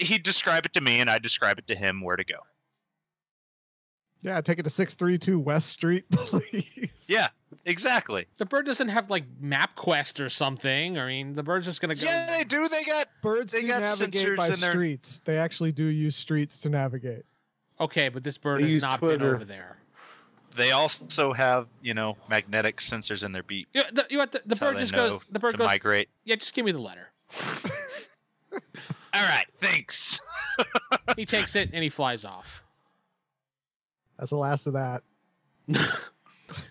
Speaker 5: He describe it to me, and I describe it to him where to go.
Speaker 6: Yeah, take it to 632 West Street, *laughs* please.
Speaker 5: Yeah, exactly.
Speaker 2: The bird doesn't have like map quest or something. I mean, the bird's just gonna go.
Speaker 5: Yeah, they do. They got
Speaker 6: Birds
Speaker 5: They
Speaker 6: do
Speaker 5: got
Speaker 6: navigate
Speaker 5: sensors
Speaker 6: by
Speaker 5: in their-
Speaker 6: streets. They actually do use streets to navigate.
Speaker 2: Okay, but this bird
Speaker 7: They
Speaker 2: has
Speaker 7: use
Speaker 2: not been
Speaker 7: Twitter.
Speaker 2: over there.
Speaker 5: They also have you know magnetic sensors in their beak.
Speaker 2: You know, the, you know what, the, the
Speaker 5: That's how
Speaker 2: bird
Speaker 5: they
Speaker 2: just
Speaker 5: know
Speaker 2: goes. The bird
Speaker 5: to
Speaker 2: goes.
Speaker 5: migrate.
Speaker 2: Yeah, just give me the letter.
Speaker 5: All right, thanks.
Speaker 2: He takes it and he flies off.
Speaker 6: That's the last of that.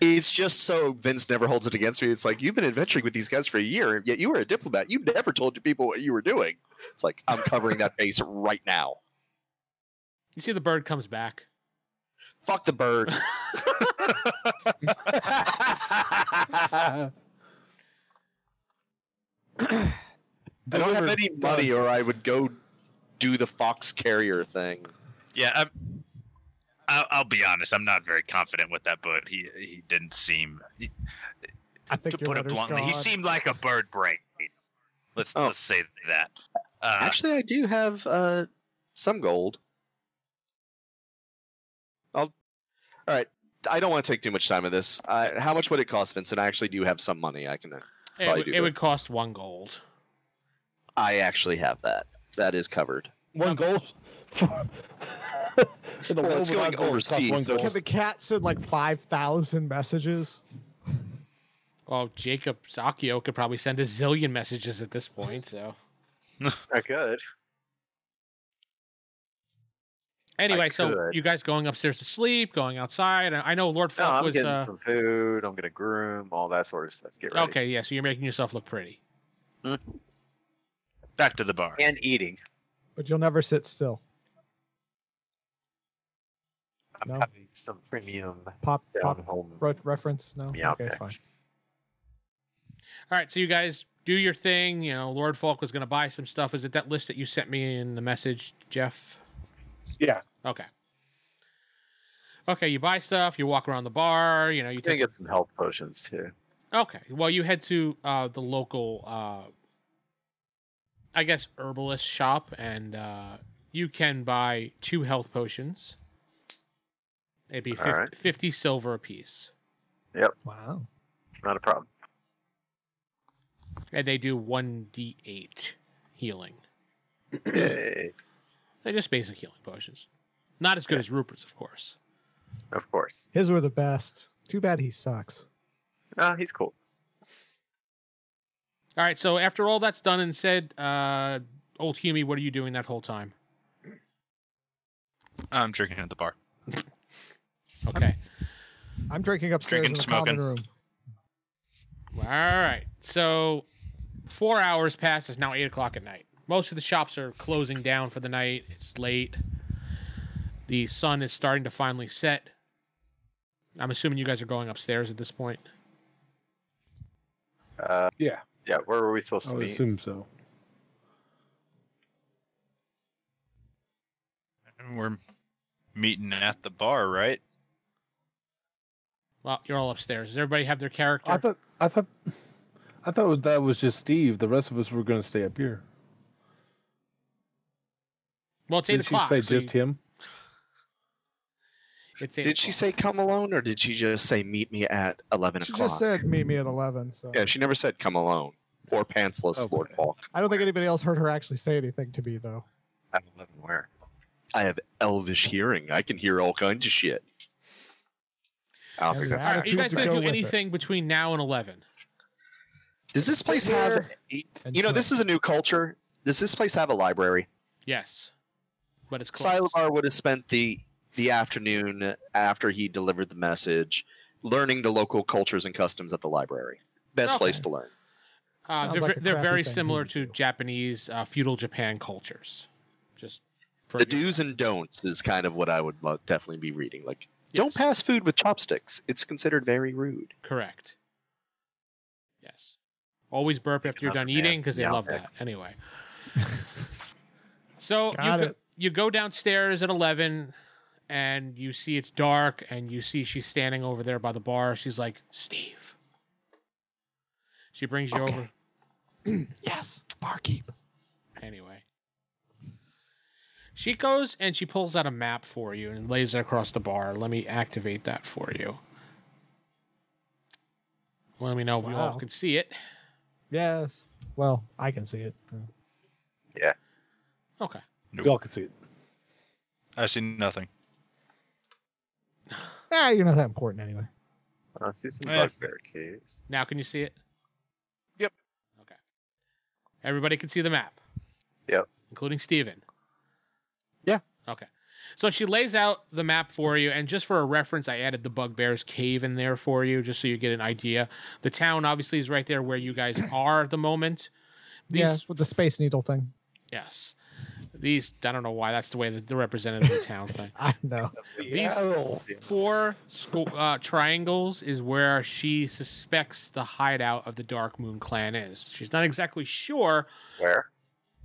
Speaker 3: It's just so Vince never holds it against me. It's like you've been adventuring with these guys for a year, yet you were a diplomat. You never told your people what you were doing. It's like I'm covering that base right now.
Speaker 2: You see, the bird comes back.
Speaker 3: Fuck the bird.
Speaker 7: I
Speaker 3: I don't have any money, or I would go do the fox carrier thing.
Speaker 5: Yeah, I'm, I'll, I'll be honest. I'm not very confident with that, but he he didn't seem
Speaker 6: I think
Speaker 5: to
Speaker 6: your
Speaker 5: put it
Speaker 6: letter's
Speaker 5: bluntly. He
Speaker 6: gone.
Speaker 5: seemed like a bird brain. Let's
Speaker 3: Oh.
Speaker 5: let's say that. Uh,
Speaker 3: Actually, I do have uh, some gold. I'll. All right. I don't want to take too much time of this. Uh, how much would it cost, Vincent? I actually do have some money. I can.
Speaker 2: It,
Speaker 3: Probably
Speaker 2: would-
Speaker 3: do
Speaker 2: it would
Speaker 3: this.
Speaker 2: cost one gold.
Speaker 3: I actually have that. That is covered.
Speaker 7: one goal. *laughs* the
Speaker 3: Well, it's
Speaker 7: world
Speaker 3: going
Speaker 7: without goals costs
Speaker 3: overseas,
Speaker 7: one
Speaker 3: so
Speaker 7: goal.
Speaker 6: Okay, the cat sent like 5,000 messages.
Speaker 2: Well, Jacob Sakio could probably send a zillion messages at this point. So,
Speaker 4: I could.
Speaker 2: anyway, so
Speaker 4: could.
Speaker 2: you guys going upstairs to sleep, going outside. I I know Lord
Speaker 4: No,
Speaker 2: Falk
Speaker 4: I'm
Speaker 2: was.
Speaker 4: getting
Speaker 2: Uh,
Speaker 4: some food. I'm gonna groom all that sort of stuff. Get ready. Mm-hmm.
Speaker 2: okay, yeah. So you're making yourself look pretty.
Speaker 5: back to the bar.
Speaker 4: And eating.
Speaker 6: But you'll never sit still.
Speaker 4: I'm
Speaker 6: No.
Speaker 4: having some premium
Speaker 6: Pop,
Speaker 4: down
Speaker 6: pop
Speaker 4: home.
Speaker 6: re- reference? No?
Speaker 4: Yeah,
Speaker 6: okay,
Speaker 4: okay.
Speaker 6: fine.
Speaker 2: All right, so you guys do your thing. You know, Lord Falk was going to buy some stuff. Is it that list that you sent me in the message, Jeff?
Speaker 7: Yeah.
Speaker 2: Okay. Okay, you buy stuff. You walk around the bar. You know, you
Speaker 4: You can
Speaker 2: take.
Speaker 4: get some health potions too.
Speaker 2: Okay, well, you head to uh, the local, uh, I guess, herbalist shop, and uh, you can buy two health potions. It'd be
Speaker 4: All
Speaker 2: 50,
Speaker 4: right.
Speaker 2: 50 silver apiece,
Speaker 6: Wow.
Speaker 4: Not a problem.
Speaker 2: and they do one d eight healing.
Speaker 4: Yay.
Speaker 2: They're just basic healing potions, not as good as Rupert's, of course.
Speaker 4: Of course.
Speaker 6: His were the best. Too bad he sucks.
Speaker 4: Ah, he's cool.
Speaker 2: All right, so after all that's done and said, uh, old Hume, what are you doing that whole time?
Speaker 5: I'm drinking at the bar.
Speaker 2: Okay.
Speaker 6: I'm drinking upstairs
Speaker 5: Drinking,
Speaker 6: in the
Speaker 5: smoking.
Speaker 6: common room.
Speaker 2: All right. So four hours pass. It's now eight o'clock at night. Most of the shops are closing down for the night. It's late. The sun is starting to finally set. I'm assuming you guys are going upstairs at this point.
Speaker 4: Uh,
Speaker 7: Yeah,
Speaker 4: yeah. Where were we supposed
Speaker 7: I
Speaker 4: to
Speaker 7: would
Speaker 4: meet?
Speaker 7: assume so.
Speaker 5: We're meeting at the bar, right?
Speaker 2: Well, you're all upstairs. Does everybody have their character?
Speaker 7: I thought I thought I thought was- that was just Steve. The rest of us were going to stay up here.
Speaker 2: well, it's eight
Speaker 7: Did she
Speaker 2: o'clock.
Speaker 7: say
Speaker 2: so you-
Speaker 7: just him?
Speaker 2: it's eight
Speaker 3: Did she
Speaker 2: o'clock.
Speaker 3: say come alone, or did she just say meet me at eleven
Speaker 6: She
Speaker 3: o'clock?
Speaker 6: just said, meet me at 11. So
Speaker 3: yeah, she never said come alone or pantsless
Speaker 7: Okay.
Speaker 3: Lord Falk.
Speaker 6: I don't think anybody else heard her actually say anything to me, though.
Speaker 4: I'm living where?
Speaker 3: I have elvish hearing. I can hear all kinds of shit. I don't
Speaker 6: Yeah,
Speaker 3: think
Speaker 6: yeah.
Speaker 3: that's
Speaker 2: All right, are you
Speaker 6: Attitude
Speaker 2: guys
Speaker 6: to
Speaker 2: gonna
Speaker 6: go
Speaker 2: do
Speaker 6: with it.
Speaker 2: anything between now and eleven?
Speaker 3: Does this place have? You know, this is a new culture. Does this place have a library?
Speaker 2: Yes, but it's closed.
Speaker 3: Silabar would have spent the the afternoon after he delivered the message, learning the local cultures and customs at the library. Best
Speaker 2: Okay.
Speaker 3: place to learn.
Speaker 2: Uh,
Speaker 6: Sounds
Speaker 2: they're
Speaker 6: like
Speaker 2: ve-
Speaker 6: a
Speaker 2: they're
Speaker 6: crappy
Speaker 2: very
Speaker 6: thing
Speaker 2: similar
Speaker 6: to
Speaker 2: to
Speaker 6: do.
Speaker 2: Japanese uh, feudal Japan cultures. Just for
Speaker 3: The
Speaker 2: your-
Speaker 3: do's and don'ts is kind of what I would lo- definitely be reading. Like, don't
Speaker 2: Yes.
Speaker 3: pass food with chopsticks. It's considered very rude.
Speaker 2: Correct. Yes. Always burp after you're
Speaker 4: Another
Speaker 2: done
Speaker 4: man.
Speaker 2: eating because they
Speaker 4: Yeah.
Speaker 2: love that. Anyway. *laughs* so you
Speaker 6: Got
Speaker 2: go,
Speaker 6: it.
Speaker 2: you go downstairs at 11 and you see it's dark and you see she's standing over there by the bar. She's like, Steve. She brings you over.
Speaker 6: yes, barkeep.
Speaker 2: Anyway. She goes and she pulls out a map for you and lays it across the bar. Let me activate that for you. Let me know if you all
Speaker 6: Wow.
Speaker 2: can see it.
Speaker 6: Yes. Well, I can see it.
Speaker 2: Okay.
Speaker 7: We all can see it.
Speaker 5: I see nothing.
Speaker 6: Ah, you're not that important anyway.
Speaker 4: I Uh, see some
Speaker 5: Yeah.
Speaker 4: bugbear caves.
Speaker 2: Now can you see it?
Speaker 5: Yep.
Speaker 2: Okay. Everybody can see the map.
Speaker 4: Yep.
Speaker 2: Including Steven.
Speaker 6: Yeah.
Speaker 2: Okay. So she lays out the map for you, and just for a reference, I added the Bugbear's Cave in there for you, just so you get an idea. The town obviously is right there where you
Speaker 6: *coughs*
Speaker 2: guys are at the moment. These
Speaker 6: yeah, with the space needle thing. *laughs*
Speaker 2: yes. These I don't know why that's the way that the representative of the town thing.
Speaker 6: I know.
Speaker 2: These four squ- uh, triangles is where she suspects the hideout of the Dark Moon Clan is. She's not exactly sure.
Speaker 4: Where?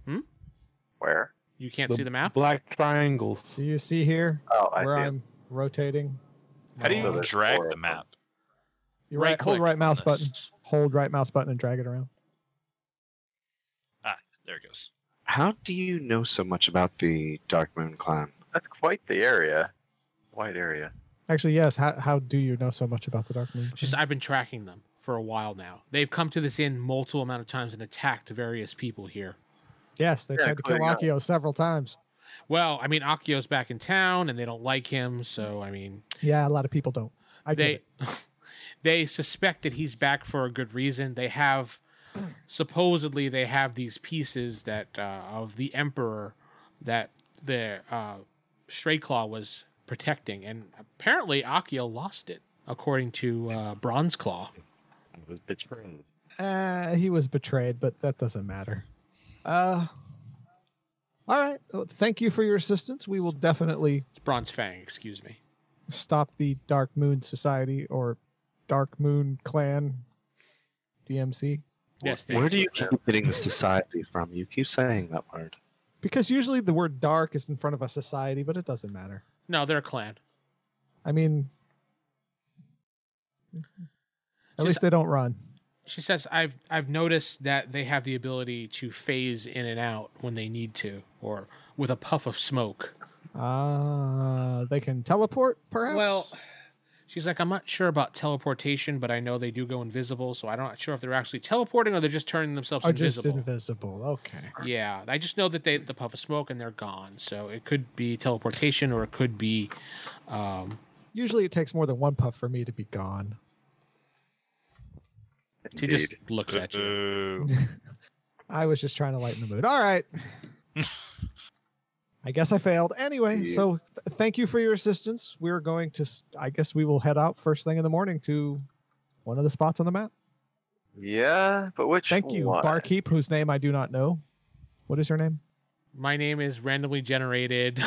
Speaker 2: Hmm?
Speaker 4: Where?
Speaker 2: You can't see the map.
Speaker 7: Black triangles.
Speaker 6: Do you see here
Speaker 4: Oh, I
Speaker 6: where
Speaker 4: see. it.
Speaker 6: I'm rotating?
Speaker 5: How do
Speaker 4: So
Speaker 5: you
Speaker 4: there's
Speaker 5: drag
Speaker 4: four
Speaker 5: the
Speaker 4: of
Speaker 5: map?
Speaker 6: You right,
Speaker 2: Right-click
Speaker 6: hold right mouse
Speaker 5: on this?
Speaker 6: button. Hold right mouse button and drag it around.
Speaker 5: There it goes.
Speaker 3: How do you know so much about the Dark Moon Clan?
Speaker 4: That's quite the area. Wide area.
Speaker 6: Actually, yes. How, how do you know so much about the Dark Moon?
Speaker 2: She's, I've been tracking them for a while now. They've come to this inn multiple amount of times and attacked various people here.
Speaker 6: yes, they
Speaker 4: Yeah,
Speaker 6: tried to kill
Speaker 4: including
Speaker 6: Akio several times.
Speaker 2: Well, I mean, Akio's back in town and they don't like him, so I mean,
Speaker 6: Yeah, a lot of people don't. I get
Speaker 2: they
Speaker 6: it.
Speaker 2: *laughs* they suspect that he's back for a good reason. They have supposedly they have these pieces that uh, of the emperor that the uh, Stray Claw was protecting, and apparently Akio lost it, according to uh, Bronze Claw.
Speaker 4: It was betrayed.
Speaker 6: Uh, he was betrayed, but that doesn't matter. Uh, all right. Well, thank you for your assistance. We will definitely
Speaker 2: It's Bronze Fang, excuse me.
Speaker 6: stop the Dark Moon Society or Dark Moon Clan DMC
Speaker 2: Yes,
Speaker 3: Where
Speaker 2: thank
Speaker 3: do
Speaker 2: you.
Speaker 3: you keep getting the society from? You keep saying that word.
Speaker 6: because usually the word dark is in front of a society, but it doesn't matter.
Speaker 2: No, they're a clan.
Speaker 6: I mean, at
Speaker 2: Just-
Speaker 6: least they don't run.
Speaker 2: She says, "I've I've noticed that they have the ability to phase in and out when they need to, or with a puff of smoke."
Speaker 6: Uh, they can teleport, perhaps.
Speaker 2: Well, she's like, I'm not sure about teleportation, but I know they do go invisible, so I'm not sure if they're actually teleporting or they're just turning themselves
Speaker 6: or just
Speaker 2: invisible.
Speaker 6: invisible. Okay.
Speaker 2: yeah, I just know that they the puff of smoke and they're gone. So it could be teleportation or it could be. Um,
Speaker 6: Usually, it takes more than one puff for me to be gone.
Speaker 2: she just looks at
Speaker 5: Uh-uh.
Speaker 2: you.
Speaker 5: Boo.
Speaker 6: I was just trying to lighten the mood. All
Speaker 2: *laughs*
Speaker 6: right. I guess I failed. Anyway,
Speaker 3: Yeah.
Speaker 6: so th- thank you for your assistance. We're going to, s- I guess we will head out first thing in the morning to one of the spots on the map.
Speaker 4: Yeah, but which
Speaker 6: Thank you,
Speaker 4: one?
Speaker 6: barkeep, whose name I do not know. What is her name? *laughs*
Speaker 2: My name is randomly generated.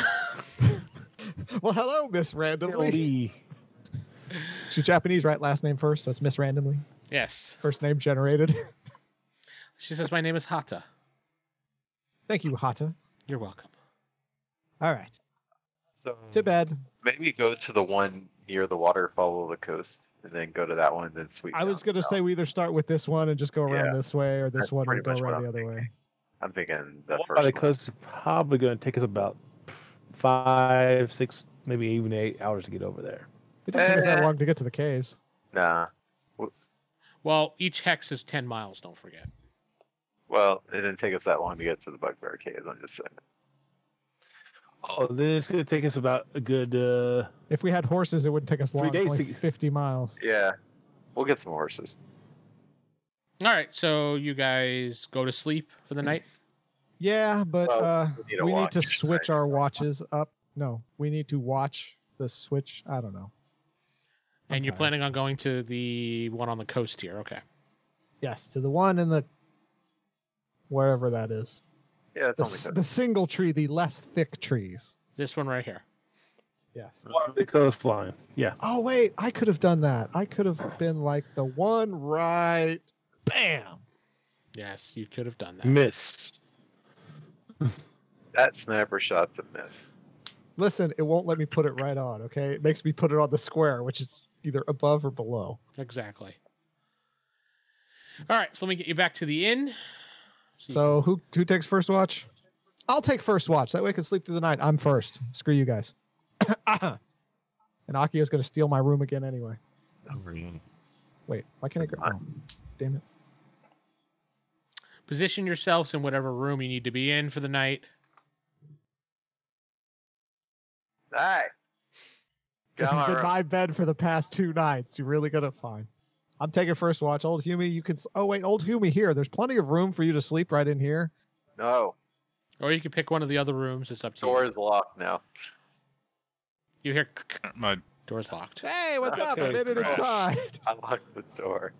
Speaker 2: *laughs*
Speaker 6: Well, hello, Miss Randomly.
Speaker 7: Lee.
Speaker 6: She's Japanese, right? Last name first, so it's Miss Randomly.
Speaker 2: yes,
Speaker 6: First name generated. *laughs*
Speaker 2: she says my name is Hata.
Speaker 6: Thank you, Hata.
Speaker 2: You're welcome.
Speaker 6: All right,
Speaker 4: So
Speaker 6: to bed.
Speaker 4: Maybe go to the one near the water, follow the coast, and then go to that one, then sweep.
Speaker 6: I was
Speaker 4: down
Speaker 6: gonna
Speaker 4: south.
Speaker 6: say we either start with this one and just go around
Speaker 4: Yeah.
Speaker 6: this way, or this
Speaker 4: That's
Speaker 6: one and
Speaker 4: pretty
Speaker 6: go
Speaker 4: much what
Speaker 6: around
Speaker 4: I'm
Speaker 6: the other way.
Speaker 4: I'm thinking the
Speaker 7: By the
Speaker 4: first one.
Speaker 7: coast, it's probably going to take us about five, six, maybe even eight hours to get over there.
Speaker 6: It doesn't take us that
Speaker 4: Eh.
Speaker 6: long to get to the caves.
Speaker 4: Nah.
Speaker 2: Well, each hex is ten miles. Don't forget.
Speaker 4: Well, it didn't take us that long to get to the bugbear caves. I'm just saying.
Speaker 7: Oh, then it's going to take us about a good. Uh,
Speaker 6: If we had horses, it wouldn't take us long. It's
Speaker 7: days
Speaker 6: only
Speaker 7: to-
Speaker 6: *laughs* fifty miles.
Speaker 4: Yeah, we'll get some horses.
Speaker 2: All right, so you guys go to sleep for the night.
Speaker 6: Yeah, but
Speaker 4: Well,
Speaker 6: uh,
Speaker 4: we
Speaker 6: we
Speaker 4: need a
Speaker 6: need,
Speaker 4: watch,
Speaker 6: to
Speaker 4: you should
Speaker 6: switch
Speaker 4: say.
Speaker 6: our watches up. No, we need to watch the switch. I don't know. I'm
Speaker 2: And you're
Speaker 6: tired.
Speaker 2: planning on going to the one on the coast here. Okay.
Speaker 6: Yes, to the one in the wherever that is.
Speaker 4: Yeah, it's
Speaker 6: The,
Speaker 4: only
Speaker 6: s-
Speaker 4: good.
Speaker 6: the single tree, the less thick trees.
Speaker 2: This one right here.
Speaker 6: Yes.
Speaker 7: the coast flying. Yeah.
Speaker 6: Oh wait, I could have done that. I could have been like the one right. Bam.
Speaker 2: Yes, you could have done that.
Speaker 7: Miss.
Speaker 4: that snapper shot's a miss.
Speaker 6: Listen, it won't let me put it right on. Okay, it makes me put it on the square, which is either above or below.
Speaker 2: exactly. All right, so let me get you back to the inn.
Speaker 6: So who who takes first watch? I'll take first watch. That way I can sleep through the night. I'm first. Screw you guys. *coughs* and Akio's gonna steal my room again anyway. Wait, why can't I go? Oh, damn it.
Speaker 2: Position yourselves in whatever room you need to be in for the night.
Speaker 4: All right.
Speaker 6: This
Speaker 4: Got
Speaker 6: has
Speaker 4: my
Speaker 6: been
Speaker 4: room.
Speaker 6: my bed for the past two nights. You're really gonna fine. I'm taking first watch. Old Hume, you can. s- Oh wait, old Hume here. There's plenty of room for you to sleep right in here.
Speaker 4: No,
Speaker 2: Or you can pick one of the other rooms. It's up to
Speaker 4: door is locked now.
Speaker 2: you. You hear
Speaker 5: My
Speaker 2: door's locked.
Speaker 6: Hey, what's up? I
Speaker 7: Okay,
Speaker 6: made it
Speaker 4: crash.
Speaker 6: inside.
Speaker 4: I locked the door.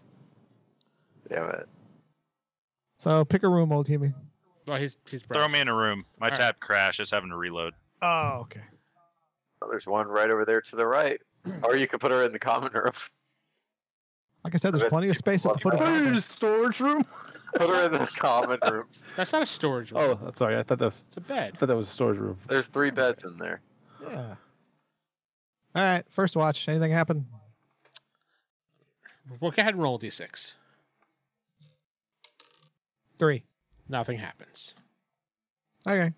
Speaker 4: Damn it.
Speaker 6: *laughs* So pick a room, old Hume.
Speaker 2: Well, Oh, he's he's
Speaker 5: throw
Speaker 2: browsing.
Speaker 5: me in a room. My
Speaker 2: All right.
Speaker 5: tab crashed. It's having to reload.
Speaker 6: Oh, okay.
Speaker 4: Oh, there's one right over there to the
Speaker 7: *clears throat*
Speaker 4: right. Or you could put her in the common room. *laughs*
Speaker 6: Like I said, there's
Speaker 4: That's
Speaker 6: plenty of space at the
Speaker 2: Oh,
Speaker 6: foot of the
Speaker 7: Put it in
Speaker 6: bed.
Speaker 7: a storage room.
Speaker 4: Put her in the common room.
Speaker 2: That's not a storage room.
Speaker 7: Oh, that's sorry. I thought that was,
Speaker 2: It's a
Speaker 7: I
Speaker 2: bed.
Speaker 7: thought that was a storage room.
Speaker 4: There's three beds in there.
Speaker 6: Yeah. All right, first watch. Anything happen?
Speaker 2: Well, go ahead and roll a d6.
Speaker 6: Three.
Speaker 2: Nothing happens.
Speaker 6: Okay.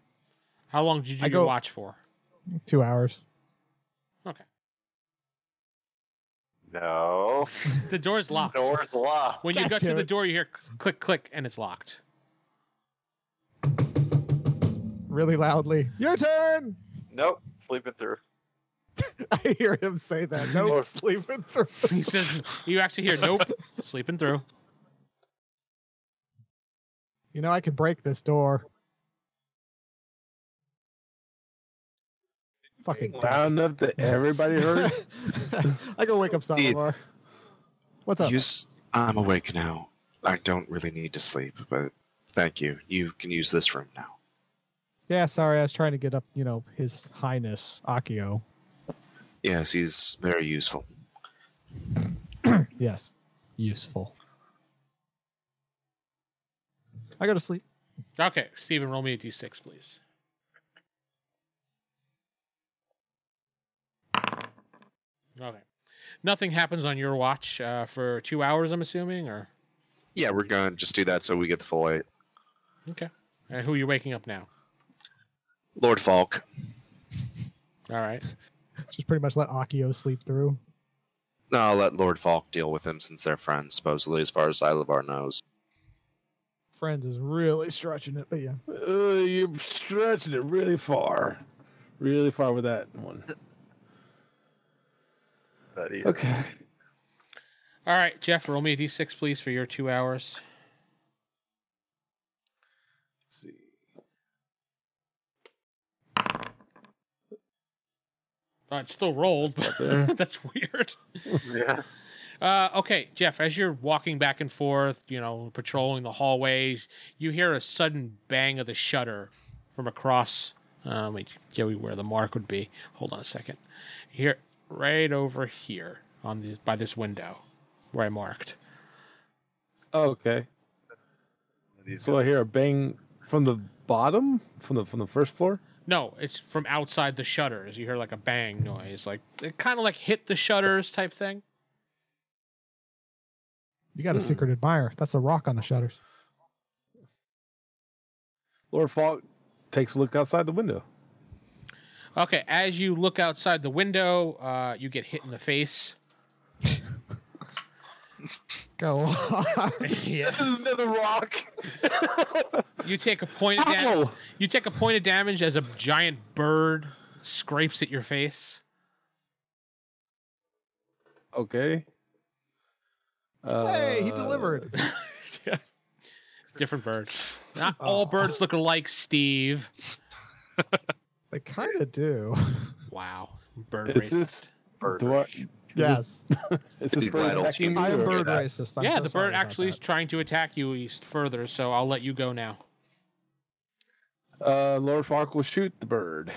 Speaker 2: How long did
Speaker 6: I
Speaker 2: you
Speaker 6: go-
Speaker 2: watch for?
Speaker 6: Two hours.
Speaker 4: No.
Speaker 2: The
Speaker 6: *laughs*
Speaker 2: door's locked.
Speaker 4: Door's locked.
Speaker 2: When you
Speaker 6: God
Speaker 2: go to
Speaker 6: damn
Speaker 2: the
Speaker 6: it.
Speaker 2: door, you hear cl- click, click, and it's locked. *laughs*
Speaker 6: Really loudly. Your turn. *laughs*
Speaker 4: Nope. Sleeping through.
Speaker 6: I hear him say that. No nope, *laughs* sleeping through.
Speaker 2: He says, "You actually hear
Speaker 6: *laughs*
Speaker 2: nope, sleeping through."
Speaker 6: You know I can break this door. Fucking
Speaker 7: Loud enough that everybody heard.
Speaker 6: *laughs* I go wake up Salivar. What's up?
Speaker 3: Use, I'm awake now. I don't really need to sleep, but thank you. You can use this room now.
Speaker 6: yeah, sorry, I was trying to get up, you know, his highness, Akio.
Speaker 3: Yes, he's very useful.
Speaker 6: Yes. Useful. I go to sleep.
Speaker 2: Okay, Steven, roll me a d6, please. Okay. Nothing happens on your watch uh, for two hours, I'm assuming, or
Speaker 3: Yeah, we're going to just do that so we get the full eight.
Speaker 2: okay. And who are you waking up now?
Speaker 3: Lord Falk.
Speaker 2: All right.
Speaker 6: Just pretty much let Akio sleep through.
Speaker 3: No, I'll let Lord Falk deal with him since they're friends, supposedly, as far as Ilevar knows.
Speaker 6: Friends is really stretching it, but yeah.
Speaker 7: Uh, you're stretching it really far, really far with that one.
Speaker 4: That is.
Speaker 7: Okay.
Speaker 2: All right, Jeff, roll me a d6, please, for your two hours.
Speaker 7: see.
Speaker 2: Uh, it's still rolled, *laughs*
Speaker 7: That's not
Speaker 2: but
Speaker 6: *laughs*
Speaker 7: there.
Speaker 2: that's weird.
Speaker 4: Yeah.
Speaker 2: Uh, okay, Jeff, as you're walking back and forth, you know, patrolling the hallways, you hear a sudden bang of the shutter from across. Um, wait, Joey, where the mark would be? Hold on a second. Here, right over here on the by this window where I marked.
Speaker 7: Oh, okay.
Speaker 4: These
Speaker 7: So I hear a bang from the bottom, from the from the first floor.
Speaker 2: No, it's from outside the shutters. You hear like a bang noise, like it kind of like hit the shutters type thing.
Speaker 6: You got a secret admirer. That's the rock on the shutters.
Speaker 7: Lord Falk takes a look outside the *laughs* window.
Speaker 2: Okay, as you look outside the window, uh, you get hit in the face.
Speaker 6: Go on. *laughs*
Speaker 2: yeah,
Speaker 7: is another *laughs* rock.
Speaker 2: you take a point of damage.
Speaker 7: Ow!
Speaker 2: You take a point of damage as a giant bird scrapes at your face.
Speaker 7: Okay.
Speaker 6: hey, he
Speaker 7: Uh,
Speaker 6: delivered.
Speaker 2: Different bird. Not all
Speaker 6: Aw.
Speaker 2: birds look alike, Steve.
Speaker 6: They kind of do.
Speaker 2: Wow. Bird
Speaker 7: It's
Speaker 2: racist.
Speaker 7: just-
Speaker 4: bird
Speaker 7: Do I,
Speaker 6: Yes.
Speaker 7: is
Speaker 3: Be
Speaker 7: this
Speaker 3: glad
Speaker 7: bird
Speaker 3: old
Speaker 7: attacking me?
Speaker 6: I am
Speaker 7: or-
Speaker 6: bird racist. I'm
Speaker 2: yeah,
Speaker 6: so
Speaker 2: the
Speaker 6: sorry
Speaker 2: bird
Speaker 6: about
Speaker 2: actually is
Speaker 6: that.
Speaker 2: trying to attack you east further, so I'll let you go now.
Speaker 7: Uh, Lord Falk will shoot the bird.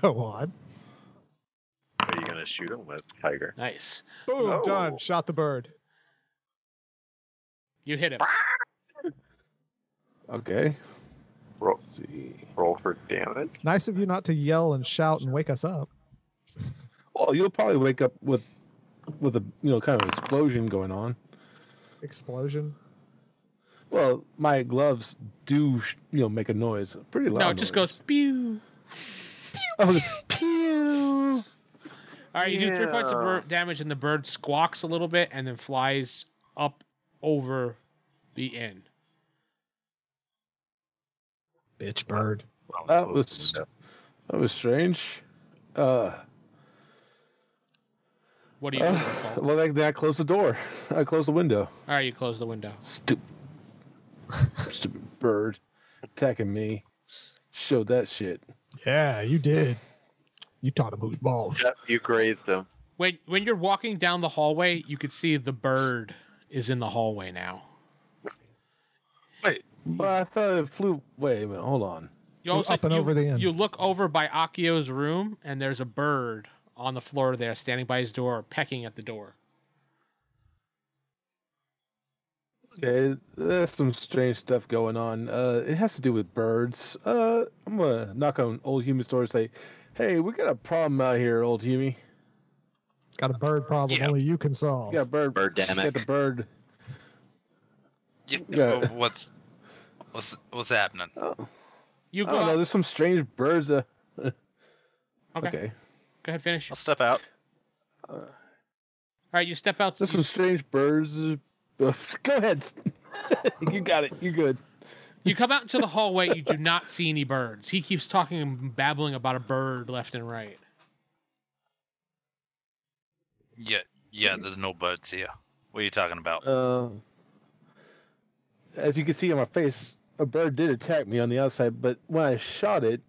Speaker 6: Go on.
Speaker 4: What are you gonna shoot him with, Tiger?
Speaker 2: Nice.
Speaker 6: Boom,
Speaker 4: No.
Speaker 6: done. Shot the bird.
Speaker 2: You hit him.
Speaker 7: Okay.
Speaker 4: Roll,
Speaker 7: Let's see.
Speaker 4: roll for damage.
Speaker 6: Nice of you not to yell and shout and wake us up.
Speaker 7: Well, you'll probably wake up with with a you know kind of explosion going on.
Speaker 6: explosion?
Speaker 7: Well, my gloves do, sh- you know, make a noise, a pretty loud.
Speaker 2: No, it just
Speaker 7: noise.
Speaker 2: goes pew.
Speaker 7: Oh, the pew.
Speaker 2: All right, you do three points of
Speaker 4: Yeah.
Speaker 2: bird damage, and the bird squawks a little bit, and then flies up over the inn.
Speaker 6: Bitch bird.
Speaker 7: That was that was strange. Uh,
Speaker 2: What do you do?
Speaker 7: uh
Speaker 2: Windfall?
Speaker 7: well, like that, I closed the door. I closed the window.
Speaker 2: All right, you close the window.
Speaker 7: Stupid, stupid *laughs* bird attacking me. Showed that shit.
Speaker 6: Yeah, you did. You taught him who's balls.
Speaker 4: Yep, you grazed him.
Speaker 2: When when you're walking down the hallway, you could see the bird is in the hallway now.
Speaker 7: Well, I thought it flew. Wait a minute. Hold on.
Speaker 2: You also
Speaker 6: Up and
Speaker 2: you-
Speaker 6: over the inn.
Speaker 2: You look over by Akio's room, and there's a bird on the floor there, standing by his door, pecking at the door.
Speaker 7: Okay, there's some strange stuff going on. Uh, it has to do with birds. Uh, I'm gonna knock on old human store and say, "Hey, we got a problem out here, old Humy.
Speaker 6: Got a bird problem
Speaker 5: Yeah.
Speaker 6: only you can solve.
Speaker 7: We got a bird. We
Speaker 3: Birdemic.
Speaker 7: got the bird.
Speaker 5: Yeah,
Speaker 7: Yeah.
Speaker 5: uh, What's what's what's happening?
Speaker 2: You
Speaker 7: I
Speaker 2: go.
Speaker 7: don't know.
Speaker 2: out-
Speaker 7: There's some strange birds. Uh,
Speaker 2: okay.
Speaker 7: okay.
Speaker 2: Go ahead, finish.
Speaker 5: I'll
Speaker 2: All
Speaker 5: step out.
Speaker 2: right, you step out.
Speaker 7: There's some
Speaker 2: You,
Speaker 7: strange birds. *laughs* uh, Go ahead. *laughs* you got it. You're good.
Speaker 2: you come out into the hallway. You do not see any birds. He keeps talking and babbling about a bird left and right.
Speaker 5: Yeah, yeah. There's no birds here. What are you talking about?
Speaker 7: Uh, as you can see on my face, a bird did attack me on the outside, but when I shot it,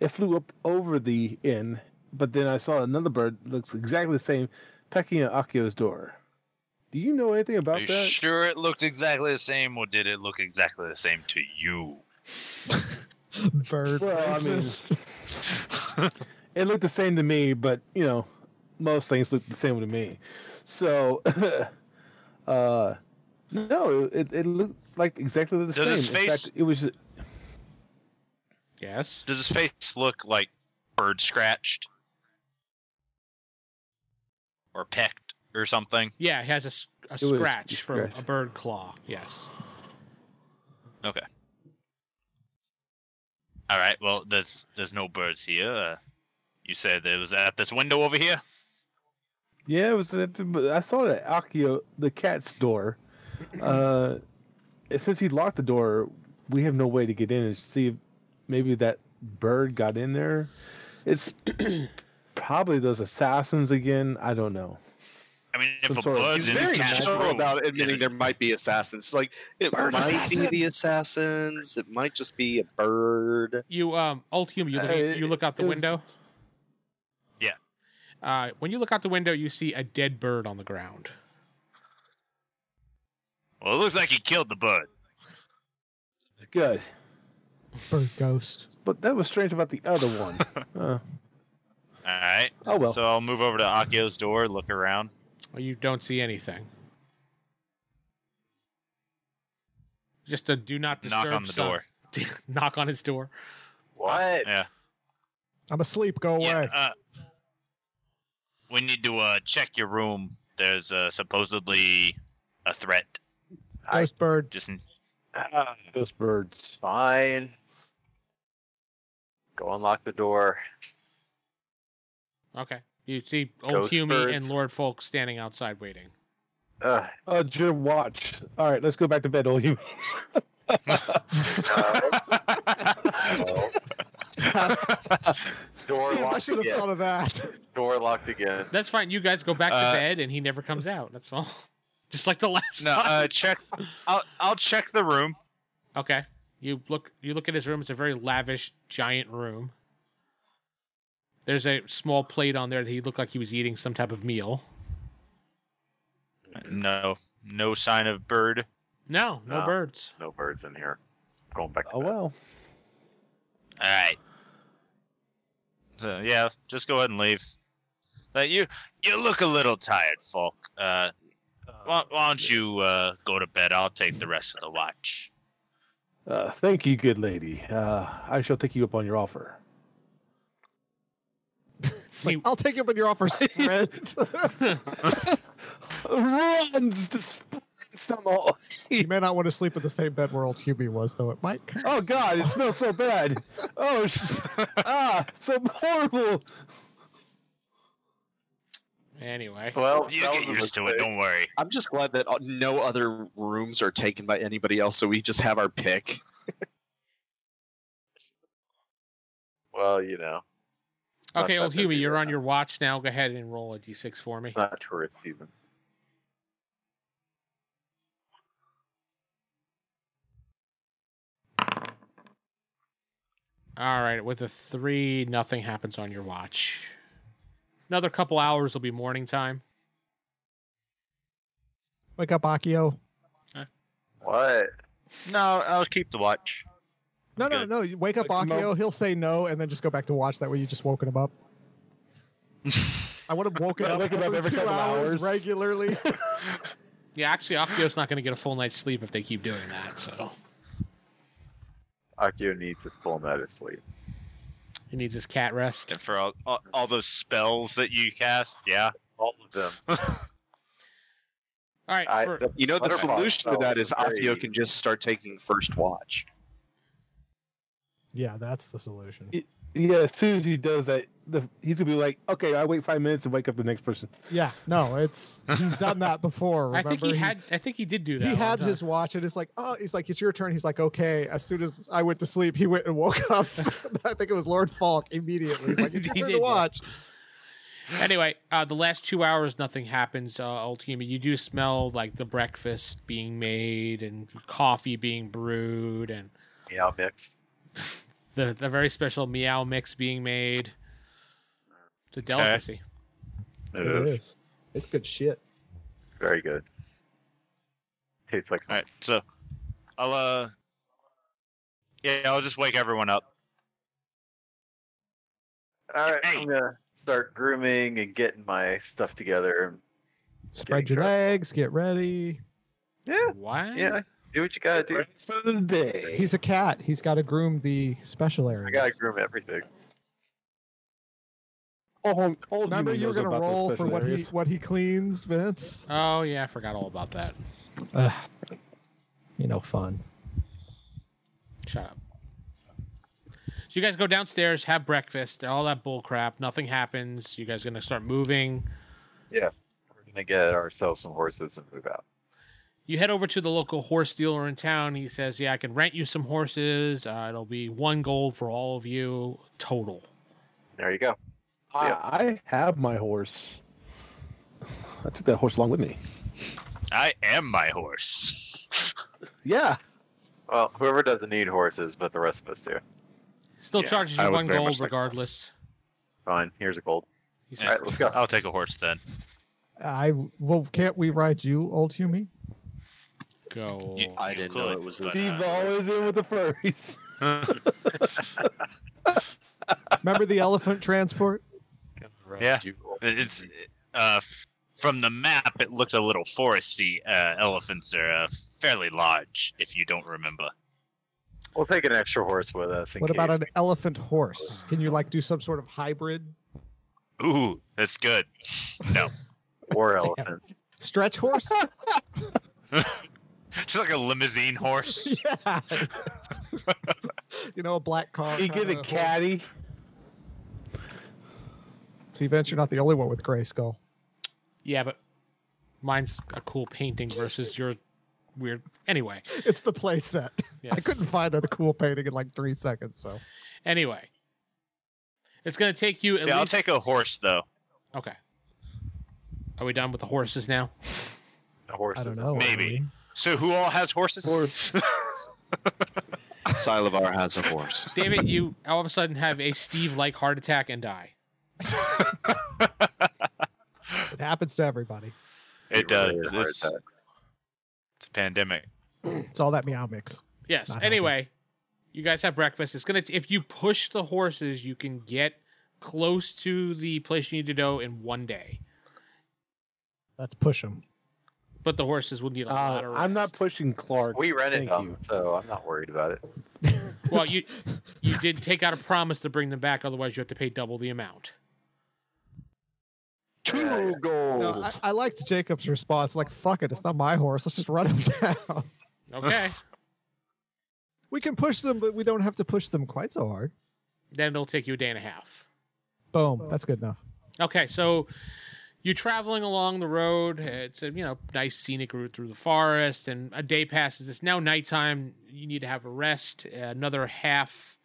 Speaker 7: it flew up over the inn. But then I saw another bird, looks exactly the same, pecking at Akio's door. Do you know anything
Speaker 5: Are
Speaker 7: about
Speaker 5: you
Speaker 7: that?
Speaker 5: sure it looked exactly the same, or did it look exactly the same to you?
Speaker 6: Bird
Speaker 7: Well, I mean-
Speaker 6: racist.
Speaker 7: it looked the same to me, but you know, most things look the same to me. So, *laughs* uh, no, it, it looked like exactly the
Speaker 5: Does
Speaker 7: same.
Speaker 5: his
Speaker 7: In
Speaker 5: face-
Speaker 7: fact, it was
Speaker 2: Yes.
Speaker 5: Does his face look like bird scratched or pecked or something?
Speaker 2: Yeah, he has a s- a,
Speaker 7: was
Speaker 2: scratch from
Speaker 7: scratch.
Speaker 2: a bird claw. Yes.
Speaker 5: Okay. All right. Well, there's there's no birds here. Uh, you said it was at this window over here.
Speaker 7: Yeah, it was. But I saw it at Akio, the cat's door. Uh, *clears throat* and since he locked the door, we have no way to get in and see if maybe that bird got in there. It's *clears throat* probably those assassins again. I don't know.
Speaker 5: I mean, if
Speaker 7: Some
Speaker 5: a
Speaker 7: sort of-
Speaker 5: bird's
Speaker 3: He's
Speaker 5: in the
Speaker 3: very
Speaker 5: cat's
Speaker 3: sure
Speaker 5: room,
Speaker 3: about admitting
Speaker 5: it-
Speaker 3: there might be assassins. It's like it
Speaker 6: Bird
Speaker 3: might
Speaker 6: assassin.
Speaker 3: be the assassins. It might just be a bird.
Speaker 2: You um, old human. You look,
Speaker 7: Uh,
Speaker 2: you look out the
Speaker 7: it was-
Speaker 2: window.
Speaker 5: Yeah.
Speaker 2: Uh, when you look out the window, you see a dead bird on the ground.
Speaker 5: well, it looks like he killed the bird.
Speaker 7: Good,
Speaker 6: Bird ghost.
Speaker 7: but that was strange about the other one. Uh,
Speaker 5: All right.
Speaker 7: oh well.
Speaker 5: So I'll move over to Akio's door, look around.
Speaker 2: Well, you don't see anything. Just a do not disturb.
Speaker 5: Knock on the
Speaker 2: sign.
Speaker 5: door.
Speaker 2: *laughs* knock on his door.
Speaker 4: What?
Speaker 5: Yeah.
Speaker 6: I'm asleep. Go away.
Speaker 5: Yeah, uh, we need to uh, check your room. There's uh, supposedly a threat.
Speaker 4: I-
Speaker 6: Ghost
Speaker 5: *laughs*
Speaker 6: bird.
Speaker 5: Just in-
Speaker 4: Ah,
Speaker 7: Those birds.
Speaker 4: fine. Go unlock the door.
Speaker 2: Okay. You see old
Speaker 4: Ghost
Speaker 2: Hume
Speaker 4: birds.
Speaker 2: and Lord Folk standing outside waiting.
Speaker 4: Ugh.
Speaker 7: Oh, Jim, watch. All right, let's go back to bed, old you. *laughs*
Speaker 4: Door
Speaker 6: Damn, I
Speaker 4: locked
Speaker 6: should have
Speaker 4: again.
Speaker 6: thought of that. *laughs*
Speaker 4: Door locked again.
Speaker 2: That's fine. You guys go back to
Speaker 5: Uh,
Speaker 2: bed and he never comes out. That's all. *laughs* Just like the last
Speaker 5: no,
Speaker 2: time.
Speaker 5: uh, check. I'll I'll check the room.
Speaker 2: okay. You look you look at his room, it's a very lavish giant room. There's a small plate on there that he looked like he was eating some type of meal.
Speaker 5: No, no sign of bird.
Speaker 2: No, no,
Speaker 4: No. *laughs*
Speaker 2: birds.
Speaker 4: No birds in here. Going back. To
Speaker 7: Oh
Speaker 4: bed.
Speaker 7: well.
Speaker 5: All right. So yeah, just go ahead and leave. But you you look a little tired, Falk. Uh, why, why don't you uh, go to bed? I'll take the rest of the watch.
Speaker 7: Uh, thank you, good lady. Uh, I shall take you up on your offer.
Speaker 6: It's like,
Speaker 2: *laughs*
Speaker 6: I'll
Speaker 4: oh.
Speaker 6: take you up in your offer, Sprint.
Speaker 7: runs to
Speaker 4: some old.
Speaker 6: You may not want to sleep in the same bed where old Hubie was, though. It might.
Speaker 7: Oh God, it smells so bad. Oh, sh- ah, so horrible.
Speaker 2: Anyway,
Speaker 4: Well,
Speaker 5: You
Speaker 4: that
Speaker 5: get
Speaker 4: was a
Speaker 5: used to it.
Speaker 4: mistake.
Speaker 5: Don't worry.
Speaker 3: I'm just glad that uh, no other rooms are taken by anybody else, so we just have our pick.
Speaker 4: Well, you know, not
Speaker 2: okay,
Speaker 4: that
Speaker 2: old Hubie,
Speaker 4: busy
Speaker 2: you're
Speaker 4: right
Speaker 2: on
Speaker 4: now.
Speaker 2: your watch now. Go ahead and roll a d6 for me.
Speaker 4: it's not tourist season.
Speaker 2: All right, with a three, nothing happens on your watch. Another couple hours will be morning time.
Speaker 6: Wake up, Akio.
Speaker 4: What?
Speaker 5: No, I'll keep the *laughs* watch.
Speaker 6: No, no,
Speaker 5: Good.
Speaker 6: no. You wake up,
Speaker 7: Wake him up.
Speaker 6: Akio. He'll say no, and then just go back to watch. That way, you just woken him up. I
Speaker 7: *laughs*
Speaker 6: would have woken
Speaker 7: Yeah,
Speaker 6: up,
Speaker 7: wake him up every
Speaker 6: two
Speaker 7: couple
Speaker 6: hours,
Speaker 7: hours. *laughs*
Speaker 6: regularly.
Speaker 2: Yeah, actually, Akio's not going to get a full night's sleep if they keep doing that. So
Speaker 4: Akio needs his full night of sleep.
Speaker 2: he needs his cat rest.
Speaker 5: And for all, all, all those spells that you cast, yeah.
Speaker 4: All of them.
Speaker 2: All right,
Speaker 4: I-
Speaker 2: for-
Speaker 4: the-
Speaker 3: You know, the
Speaker 4: Butterfly
Speaker 3: solution to that is
Speaker 4: spell is
Speaker 3: Akio
Speaker 4: very-
Speaker 3: can just start taking first watch.
Speaker 6: yeah, that's the solution.
Speaker 7: Yeah, as soon as he does that, the, he's gonna be like, okay, I wait five minutes and wake up the next person.
Speaker 6: Yeah, no,
Speaker 7: *laughs*
Speaker 6: it's he's done that before.
Speaker 2: I
Speaker 6: Remember?
Speaker 2: think he had. I think he did do that.
Speaker 6: he
Speaker 2: one
Speaker 6: had
Speaker 2: time.
Speaker 6: his watch, and it's like, oh, he's like, it's your turn. He's like, okay. As soon as I went to sleep, he went and woke up. *laughs* I think it was Lord Falk immediately. He's
Speaker 2: *laughs*
Speaker 6: like, it's your
Speaker 2: He
Speaker 6: turn
Speaker 2: did,
Speaker 6: to
Speaker 2: yeah.
Speaker 6: watch.
Speaker 2: anyway, uh, the last two hours, nothing happens. Uh, ultimately, you do smell like the breakfast being made and coffee being brewed and
Speaker 4: Meow mix.
Speaker 2: the, the very special meow mix being made. It's a delicacy.
Speaker 6: It is. It's good shit.
Speaker 4: Very good. Tastes like
Speaker 5: All right, so I'll uh, yeah, I'll just wake everyone up.
Speaker 4: All right,
Speaker 5: Hey.
Speaker 4: I'm gonna start grooming and getting my stuff together.
Speaker 6: Spread
Speaker 4: Getting
Speaker 6: your
Speaker 4: dressed.
Speaker 6: legs. Get ready.
Speaker 4: Yeah,
Speaker 2: Why?
Speaker 4: yeah. Do what you gotta do.
Speaker 7: Ready for the day.
Speaker 6: He's a cat. He's got to groom the special areas.
Speaker 4: I gotta groom everything.
Speaker 7: oh, old
Speaker 6: Remember,
Speaker 7: Newman
Speaker 6: you were
Speaker 7: knows
Speaker 6: gonna
Speaker 7: about those
Speaker 6: roll for
Speaker 7: special
Speaker 6: what he
Speaker 7: areas.
Speaker 6: what he cleans, Vince.
Speaker 2: Oh yeah, I forgot all about that.
Speaker 6: you know, fun.
Speaker 2: Shut up. So you guys go downstairs, have breakfast, all that bull crap. Nothing happens. You guys gonna start moving.
Speaker 4: We're gonna get ourselves some horses and move out.
Speaker 2: you head over to the local horse dealer in town. He says, "Yeah, I can rent you some horses. Uh, it'll be one gold for all of you total."
Speaker 4: There you go.
Speaker 7: I,
Speaker 4: Yeah.
Speaker 7: I have my horse. I took that horse along with me.
Speaker 5: I am my horse.
Speaker 7: Yeah.
Speaker 4: Well, whoever doesn't need horses, but the rest of us do.
Speaker 2: Still
Speaker 5: Yeah,
Speaker 2: charges
Speaker 3: I
Speaker 2: you
Speaker 3: would
Speaker 2: one
Speaker 3: very
Speaker 2: gold
Speaker 3: much like that.
Speaker 2: regardless.
Speaker 4: Fine. Here's a gold.
Speaker 2: He
Speaker 4: All
Speaker 2: says,
Speaker 4: right, let's go.
Speaker 5: I'll take a horse then.
Speaker 6: I well, can't we ride you, old Hume?
Speaker 2: "Go."
Speaker 5: You-
Speaker 3: I
Speaker 5: you
Speaker 3: didn't
Speaker 5: could,
Speaker 3: know it was the-
Speaker 5: but,
Speaker 7: Steve
Speaker 5: uh,
Speaker 7: always in with the furries.
Speaker 6: *laughs* Remember the
Speaker 7: *laughs*
Speaker 6: elephant transport?
Speaker 5: Yeah. *laughs* It's uh, f- from the map. It looked a little foresty. Uh, elephants are uh, fairly large, if you don't remember.
Speaker 4: We'll take an extra horse with us. In
Speaker 6: What
Speaker 4: case
Speaker 6: about an elephant horse? Can you like do some sort of hybrid
Speaker 5: Ooh, that's good. *laughs* No,
Speaker 6: *laughs*
Speaker 4: war elephant?
Speaker 7: *laughs*
Speaker 6: stretch horse? *laughs*
Speaker 5: just like a limousine horse.
Speaker 6: yeah. *laughs* you know, a black car.
Speaker 7: You get
Speaker 6: kinda
Speaker 7: a
Speaker 6: horse.
Speaker 7: caddy.
Speaker 6: See, Vince, you're not the only one with gray skull.
Speaker 2: Yeah, but mine's a cool painting versus your weird. Anyway,
Speaker 6: It's the playset.
Speaker 2: yes.
Speaker 6: I couldn't find another cool painting in like three seconds. So
Speaker 2: Anyway, it's gonna take you *laughs* at
Speaker 5: Yeah, I'll
Speaker 2: least.
Speaker 5: take a horse though.
Speaker 2: okay. Are we done with the horses now?
Speaker 4: A horse.
Speaker 6: I don't
Speaker 4: is-
Speaker 6: know.
Speaker 5: Maybe.
Speaker 6: Emily.
Speaker 5: So who all has horses?
Speaker 7: Horse.
Speaker 3: Silavar has a horse.
Speaker 2: David, you all of a sudden have a Steve-like heart attack and die.
Speaker 6: It happens to everybody.
Speaker 5: *laughs* it does.
Speaker 4: Really a heart
Speaker 5: It's,
Speaker 4: attack.
Speaker 5: it's a pandemic.
Speaker 6: It's all that meow mix.
Speaker 2: Yes.
Speaker 6: Not helping.
Speaker 2: anyway, you guys have breakfast. It's gonna if you push the horses, you can get close to the place you need to go in one day.
Speaker 6: Let's push him.
Speaker 2: But the horses will need a
Speaker 7: Uh,
Speaker 2: lot of rest.
Speaker 7: I'm not pushing Clark.
Speaker 4: We rented
Speaker 7: Thank
Speaker 4: them,
Speaker 7: you.
Speaker 4: so I'm not worried about it.
Speaker 2: well,
Speaker 7: *laughs*
Speaker 2: you you did take out a promise to bring them back, otherwise you have to pay double the amount.
Speaker 3: Two gold.
Speaker 6: No, I, I liked Jacob's response. Like, fuck it, it's not my horse. Let's just run him *laughs* down.
Speaker 2: Okay.
Speaker 6: We can push them, but we don't have to push them quite so hard.
Speaker 2: then it'll take you a day and a half.
Speaker 6: Boom. That's good enough.
Speaker 2: Okay, so you're traveling along the road. It's a you know nice scenic route through the forest, and a day passes. It's now nighttime. You need to have a rest. Uh, Another half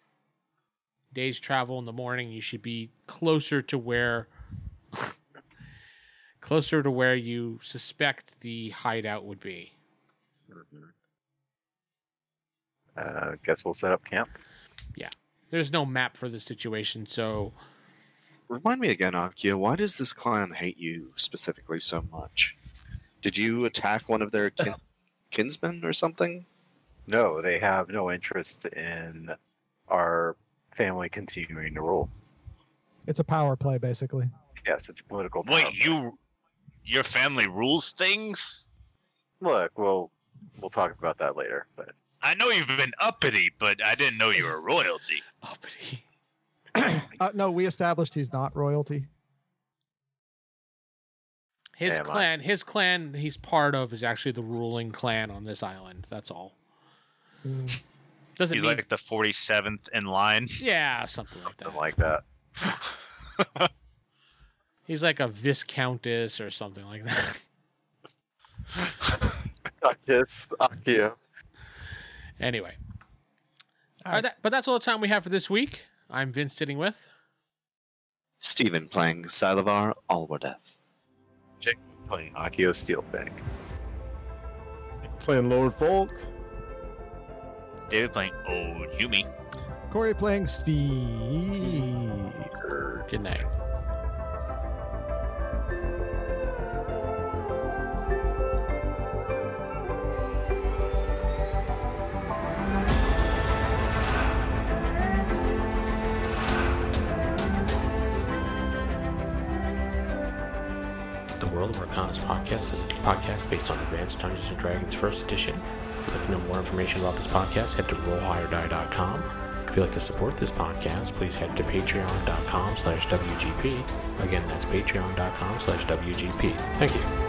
Speaker 2: day's travel in the morning. You should be closer to where *laughs* closer to where you suspect the hideout would be.
Speaker 4: Uh, guess we'll set up camp.
Speaker 2: There's no map for the situation, so *laughs*
Speaker 3: Remind me again, Akia, why does this clan hate you specifically so much? Did you attack one of their
Speaker 6: *laughs*
Speaker 3: kin- kinsmen or something?
Speaker 4: No, they have no interest in our family continuing to rule.
Speaker 6: It's a power play, basically.
Speaker 4: Yes, it's political.
Speaker 5: Wait,
Speaker 4: power.
Speaker 5: you, your family rules things.
Speaker 4: Look, we'll we'll talk about that later. But
Speaker 5: I know you've been uppity, but I didn't know you were royalty.
Speaker 2: oh, but he-
Speaker 6: Uh, no, we established he's not royalty.
Speaker 2: his
Speaker 4: Am I?
Speaker 2: clan, his clan, he's part of is actually the ruling clan on this island. That's all.
Speaker 6: Mm.
Speaker 2: Doesn't
Speaker 5: He's
Speaker 2: mean
Speaker 5: like the forty seventh in line.
Speaker 2: Yeah, something like that.
Speaker 4: something like that.
Speaker 2: He's like a viscountess or something like that. *laughs*
Speaker 4: Duchess Akio.
Speaker 2: anyway,
Speaker 6: All right.
Speaker 2: Uh, that- but that's all the time we have for this week. I'm Vince sitting with.
Speaker 3: Stephen playing Salivar Alwardeath.
Speaker 4: playing Akio Steelbank.
Speaker 7: Playing Lord Folk.
Speaker 5: David playing oh, old Yumi.
Speaker 6: Corey playing Steve.
Speaker 2: Good night.
Speaker 8: The World of Arcana's podcast is a podcast based on Advanced Dungeons and Dragons First Edition. If you'd like to know more information about this podcast, head to rollhigherdie.com. If you'd like to support this podcast, please head to patreon.com slash WGP. Again, that's patreon.com slash WGP. Thank you.